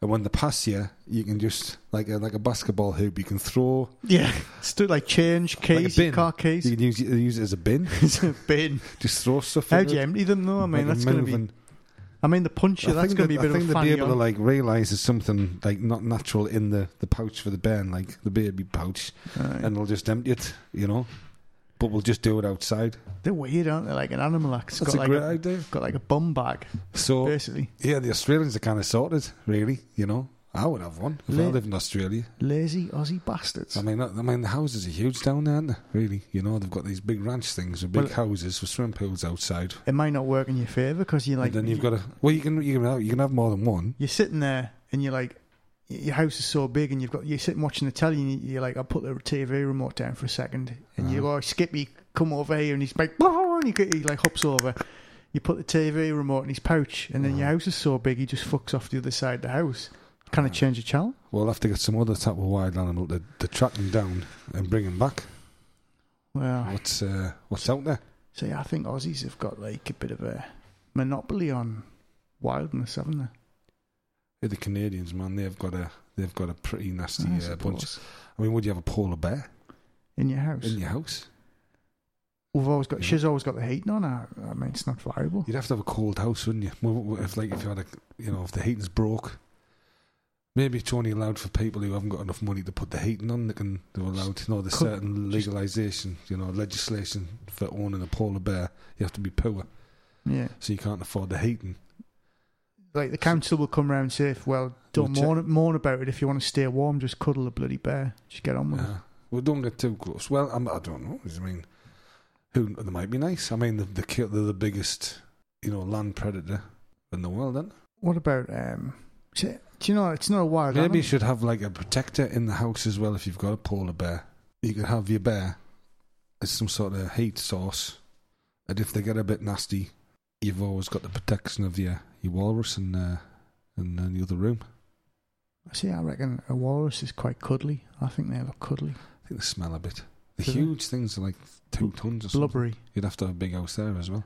[SPEAKER 5] And when they pass you, you can just like a, like a basketball hoop, you can throw
[SPEAKER 3] Yeah, still like change
[SPEAKER 5] like
[SPEAKER 3] keys,
[SPEAKER 5] a bin.
[SPEAKER 3] car keys.
[SPEAKER 5] You can use it, use it as a bin.
[SPEAKER 3] it's a bin.
[SPEAKER 5] just throw stuff.
[SPEAKER 3] How
[SPEAKER 5] in
[SPEAKER 3] do you
[SPEAKER 5] it.
[SPEAKER 3] empty them though? I mean,
[SPEAKER 5] Like
[SPEAKER 3] that's going to
[SPEAKER 5] moving.
[SPEAKER 3] be. I mean, the puncher.
[SPEAKER 5] I
[SPEAKER 3] That's
[SPEAKER 5] think
[SPEAKER 3] going to be
[SPEAKER 5] that-
[SPEAKER 3] a bit
[SPEAKER 5] I
[SPEAKER 3] of
[SPEAKER 5] think
[SPEAKER 3] a
[SPEAKER 5] they'd be
[SPEAKER 3] fanny
[SPEAKER 5] able to
[SPEAKER 3] on.
[SPEAKER 5] like realise there's something like not natural in the, the pouch for the bear, and, like the baby pouch,
[SPEAKER 3] Aye.
[SPEAKER 5] and they'll just empty it, you know. But we'll just do it outside.
[SPEAKER 3] They're weird, aren't they? Like an animal act. It's
[SPEAKER 5] That's
[SPEAKER 3] got
[SPEAKER 5] a
[SPEAKER 3] like
[SPEAKER 5] great
[SPEAKER 3] a,
[SPEAKER 5] idea.
[SPEAKER 3] got like a bum bag,
[SPEAKER 5] So
[SPEAKER 3] basically.
[SPEAKER 5] yeah, the Australians are kind of sorted, really. You know, I would have one if I
[SPEAKER 3] Lit.
[SPEAKER 5] lived in Australia.
[SPEAKER 3] Lazy Aussie bastards.
[SPEAKER 5] I mean, I mean, the houses are huge down there, aren't they? Really, you know, they've got these big ranch things with big
[SPEAKER 3] Well-
[SPEAKER 5] houses with swimming pools outside.
[SPEAKER 3] it might not work in your favour because you're like
[SPEAKER 5] and then you've got a well, you can you can have, you can have more than one.
[SPEAKER 3] you're sitting there and you're like y- your house is so big and you've got you're sitting watching the telly and you're like I'll put the TV remote down for a second and you
[SPEAKER 5] Uh-huh.
[SPEAKER 3] go oh, Skippy come over here and he's like "Blah," and he, go- he like hops over you put the TV remote in his pouch and
[SPEAKER 5] Uh-huh.
[SPEAKER 3] then your house is so big he just fucks off the other side of the house can I change the channel
[SPEAKER 5] We'll have to get some other type of wild animal to, to track them down and bring them back.
[SPEAKER 3] well
[SPEAKER 5] What's uh, what's out there?
[SPEAKER 3] see I think Aussies have got like a bit of a monopoly on wildness haven't they
[SPEAKER 5] Yeah, the Canadians, man, they've got a they've got a pretty nasty
[SPEAKER 3] I
[SPEAKER 5] uh, bunch.
[SPEAKER 3] suppose.
[SPEAKER 5] I mean, would you have a polar bear
[SPEAKER 3] in your house
[SPEAKER 5] in your house?
[SPEAKER 3] We've always got.
[SPEAKER 5] Yeah.
[SPEAKER 3] She's always got the heating on. I, I mean, it's not viable.
[SPEAKER 5] You'd have to have a cold house, wouldn't you? Well, w- If like if you had a you know if the heating's broke. Maybe it's only allowed for people who haven't got enough money to put the heating on. They can they're allowed. You know, there's
[SPEAKER 3] Could-
[SPEAKER 5] certain
[SPEAKER 3] just-
[SPEAKER 5] legalisation, you know, legislation for owning a polar bear. You have to be poor,
[SPEAKER 3] Yeah.
[SPEAKER 5] so you can't afford the heating.
[SPEAKER 3] Like the council will come round and say, "Well, don't
[SPEAKER 5] We'll check-
[SPEAKER 3] mourn, mourn about it. If you want to stay warm, just cuddle a bloody bear. Just get on with it."
[SPEAKER 5] Yeah. Uh, Well, don't get too close. Well, I'm, I don't know. I mean, who they might be nice. I mean, the the ki- they're the biggest, you know, land predator in the world. Then
[SPEAKER 3] What about? um say- Do you know? It's not a wild
[SPEAKER 5] maybe you
[SPEAKER 3] animal.
[SPEAKER 5] should have like a protector in the house as well. If you've got a polar bear, you could have your bear as some sort of heat source, and if they get a bit nasty, you've always got the protection of your your walrus and uh, and uh, the other room.
[SPEAKER 3] See, I reckon a walrus is quite cuddly. I think they look cuddly,
[SPEAKER 5] I think they smell a bit. The
[SPEAKER 3] Do they?
[SPEAKER 5] huge things are like two tons or something.
[SPEAKER 3] blubbery.
[SPEAKER 5] You'd have to have a big house there as well.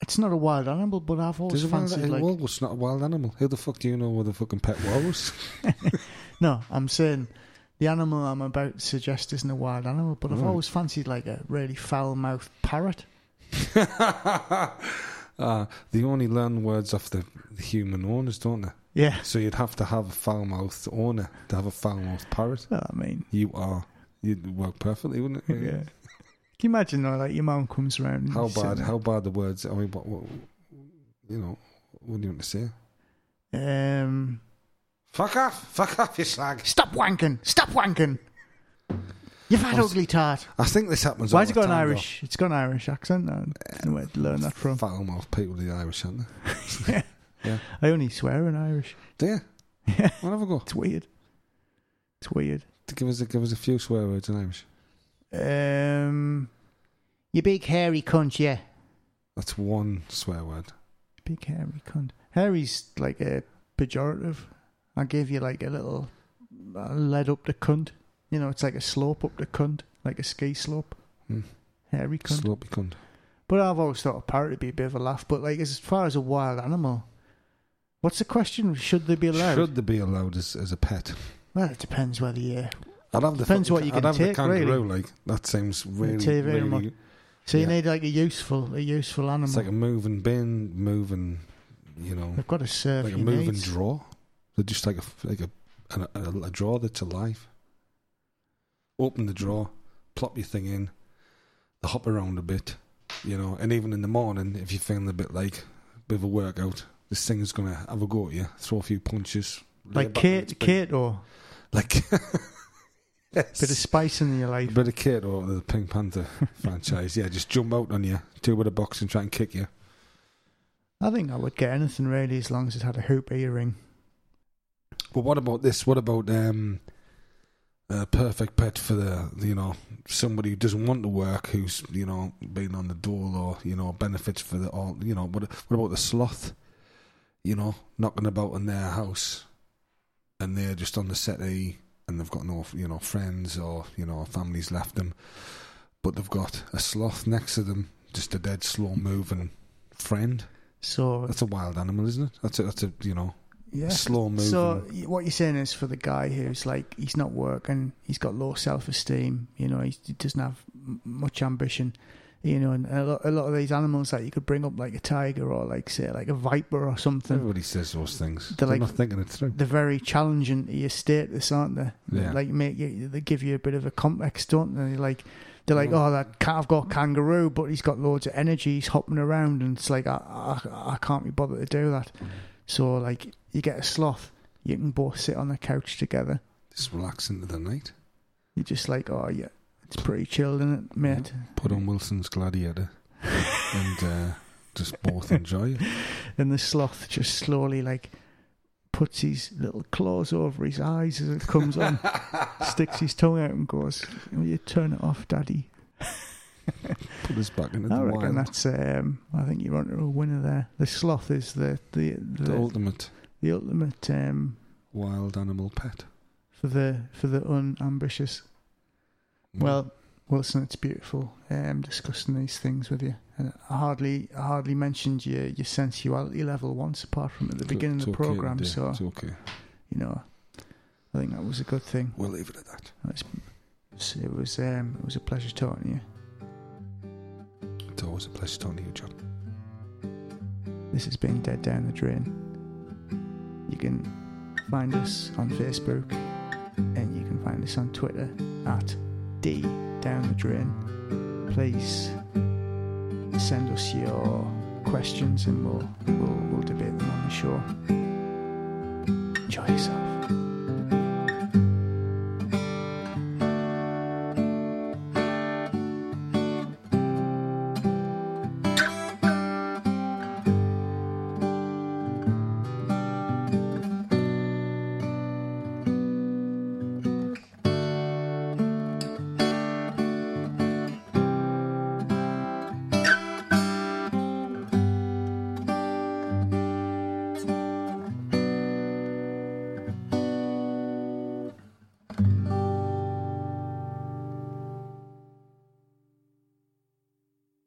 [SPEAKER 3] It's not a wild animal, but I've always
[SPEAKER 5] There's a wild,
[SPEAKER 3] fancied
[SPEAKER 5] a
[SPEAKER 3] like.
[SPEAKER 5] walrus, not a wild animal. Who the fuck do you know with a fucking pet walrus?
[SPEAKER 3] No, I'm saying the animal I'm about to suggest isn't a wild animal, but I've
[SPEAKER 5] Right.
[SPEAKER 3] always fancied like a really foul-mouthed parrot.
[SPEAKER 5] uh, they only learn words off the, the human owners, don't they?
[SPEAKER 3] Yeah.
[SPEAKER 5] So you'd have to have a foul mouthed owner to have a foul mouthed parrot.
[SPEAKER 3] Well, I mean.
[SPEAKER 5] You are. You'd work perfectly, wouldn't it?
[SPEAKER 3] Yeah. Can you imagine though, like your mum comes round? and
[SPEAKER 5] How
[SPEAKER 3] you sit
[SPEAKER 5] bad?
[SPEAKER 3] there,
[SPEAKER 5] How bad the words? I mean, what? what you know, what do you want to say?
[SPEAKER 3] Um,
[SPEAKER 5] Fuck off! Fuck off, you slag!
[SPEAKER 3] stop wanking! Stop wanking! You've had ugly tart.
[SPEAKER 5] I think this happens. all
[SPEAKER 3] Why's it
[SPEAKER 5] the
[SPEAKER 3] got an
[SPEAKER 5] time,
[SPEAKER 3] Irish? It's got an Irish accent. I don't know where to learn that
[SPEAKER 5] Though.
[SPEAKER 3] from.
[SPEAKER 5] Foul mouthed people, the Irish, aren't they?
[SPEAKER 3] I only swear in Irish.
[SPEAKER 5] Do you? I'll have a go.
[SPEAKER 3] It's weird. It's weird.
[SPEAKER 5] Give us a, give us a few swear words in Irish.
[SPEAKER 3] Um, you big hairy cunt, yeah.
[SPEAKER 5] That's one swear word.
[SPEAKER 3] Big hairy cunt. Hairy's like a pejorative. I gave you like a little uh, lead up the cunt. You know, it's like a slope up the cunt, like a ski slope.
[SPEAKER 5] Hmm.
[SPEAKER 3] Hairy cunt.
[SPEAKER 5] Slopey cunt.
[SPEAKER 3] But I've always thought a parrot would be a bit of a laugh. But like, as far as a wild animal, what's the question? Should they be allowed?
[SPEAKER 5] Should they be allowed as, as a pet?
[SPEAKER 3] Well, it depends whether you.
[SPEAKER 5] I'd have the
[SPEAKER 3] Depends
[SPEAKER 5] fucking-
[SPEAKER 3] what you
[SPEAKER 5] I'd
[SPEAKER 3] can
[SPEAKER 5] have the
[SPEAKER 3] take,
[SPEAKER 5] kangaroo.
[SPEAKER 3] really.
[SPEAKER 5] Like that seems really,
[SPEAKER 3] take very
[SPEAKER 5] really.
[SPEAKER 3] much. So you
[SPEAKER 5] Yeah.
[SPEAKER 3] need like a useful, a useful animal.
[SPEAKER 5] It's like a moving bin, moving. You know,
[SPEAKER 3] They've got to serve
[SPEAKER 5] like a
[SPEAKER 3] your
[SPEAKER 5] moving
[SPEAKER 3] needs.
[SPEAKER 5] draw. They're just like a like a, an- a a draw that's alive. Open the drawer, plop your thing in, they hop around a bit, you know. And even in the morning, if you're feeling a bit like a bit of a workout, this thing is gonna have a go at you, throw a few punches. lay
[SPEAKER 3] like
[SPEAKER 5] back on its
[SPEAKER 3] Kate,
[SPEAKER 5] back.
[SPEAKER 3] Kate, or
[SPEAKER 5] like yes.
[SPEAKER 3] bit of spice in your life.
[SPEAKER 5] A bit of kit or the Pink Panther franchise. Yeah, just jump out on you, do a bit of boxing, try and kick you.
[SPEAKER 3] I think I would get anything really as long as it had a hoop earring.
[SPEAKER 5] But what about this? What about um, a perfect pet for the you know somebody who doesn't want to work, who's you know been on the dole or you know benefits for the all you know. What what about the sloth? You know, knocking about in their house, and they're just on the settee, and they've got no you know friends or you know families left them, but they've got a sloth next to them, just a dead slow moving friend.
[SPEAKER 3] So
[SPEAKER 5] That's a wild animal, isn't it? That's a, that's a you know
[SPEAKER 3] yeah.
[SPEAKER 5] slow moving.
[SPEAKER 3] So y- what you're saying is for the guy who's like he's not working, he's got low self-esteem. You know, he's- he doesn't have m- much ambition. You know, and a lot, a lot of these animals that you could bring up, like a tiger or like say like a viper or something,
[SPEAKER 5] Everybody says those things.
[SPEAKER 3] They're
[SPEAKER 5] They're,
[SPEAKER 3] like-
[SPEAKER 5] not thinking it through.
[SPEAKER 3] they're very challenging to your status, aren't they?
[SPEAKER 5] Yeah.
[SPEAKER 3] Like make you, they give you a bit of a complex, don't they? Like they're like,
[SPEAKER 5] Mm.
[SPEAKER 3] oh, that cat, I've got a kangaroo, but he's got loads of energy, he's hopping around, and it's like I, I, I can't be bothered to do that. So like you get a sloth, you can both sit on the couch together.
[SPEAKER 5] Just relax into the night.
[SPEAKER 3] You're just like, oh yeah, it's pretty chilled, isn't it, mate?
[SPEAKER 5] Put on Wilson's Gladiator and uh, just both enjoy it.
[SPEAKER 3] And the sloth just slowly like puts his little claws over his eyes as it comes on, sticks his tongue out and goes, "Will you turn it off, Daddy?"
[SPEAKER 5] Put us back into the
[SPEAKER 3] I reckon
[SPEAKER 5] wild.
[SPEAKER 3] that's. Um, I think you're onto a winner there. The sloth is the the the,
[SPEAKER 5] the
[SPEAKER 3] the,
[SPEAKER 5] ultimate
[SPEAKER 3] ultimate um,
[SPEAKER 5] wild animal pet.
[SPEAKER 3] for the for the unambitious.
[SPEAKER 5] Mm.
[SPEAKER 3] Well, Wilson, it's beautiful um, discussing these things with you. And I hardly, I hardly mentioned your, your sensuality level once, apart from at the
[SPEAKER 5] It's-
[SPEAKER 3] beginning
[SPEAKER 5] it's
[SPEAKER 3] of the
[SPEAKER 5] okay,
[SPEAKER 3] program.
[SPEAKER 5] dear,
[SPEAKER 3] So
[SPEAKER 5] it's okay.
[SPEAKER 3] you know, I think that was a good thing.
[SPEAKER 5] We'll leave it at that.
[SPEAKER 3] It's- It was, um, it was a pleasure talking to you.
[SPEAKER 5] It's always a pleasure talking to you, John.
[SPEAKER 3] This has been Dead Down the Drain. You can find us on Facebook and you can find us on Twitter at D Down the Drain. Please send us your questions and we'll, we'll, we'll debate them on the show. Enjoy yourself.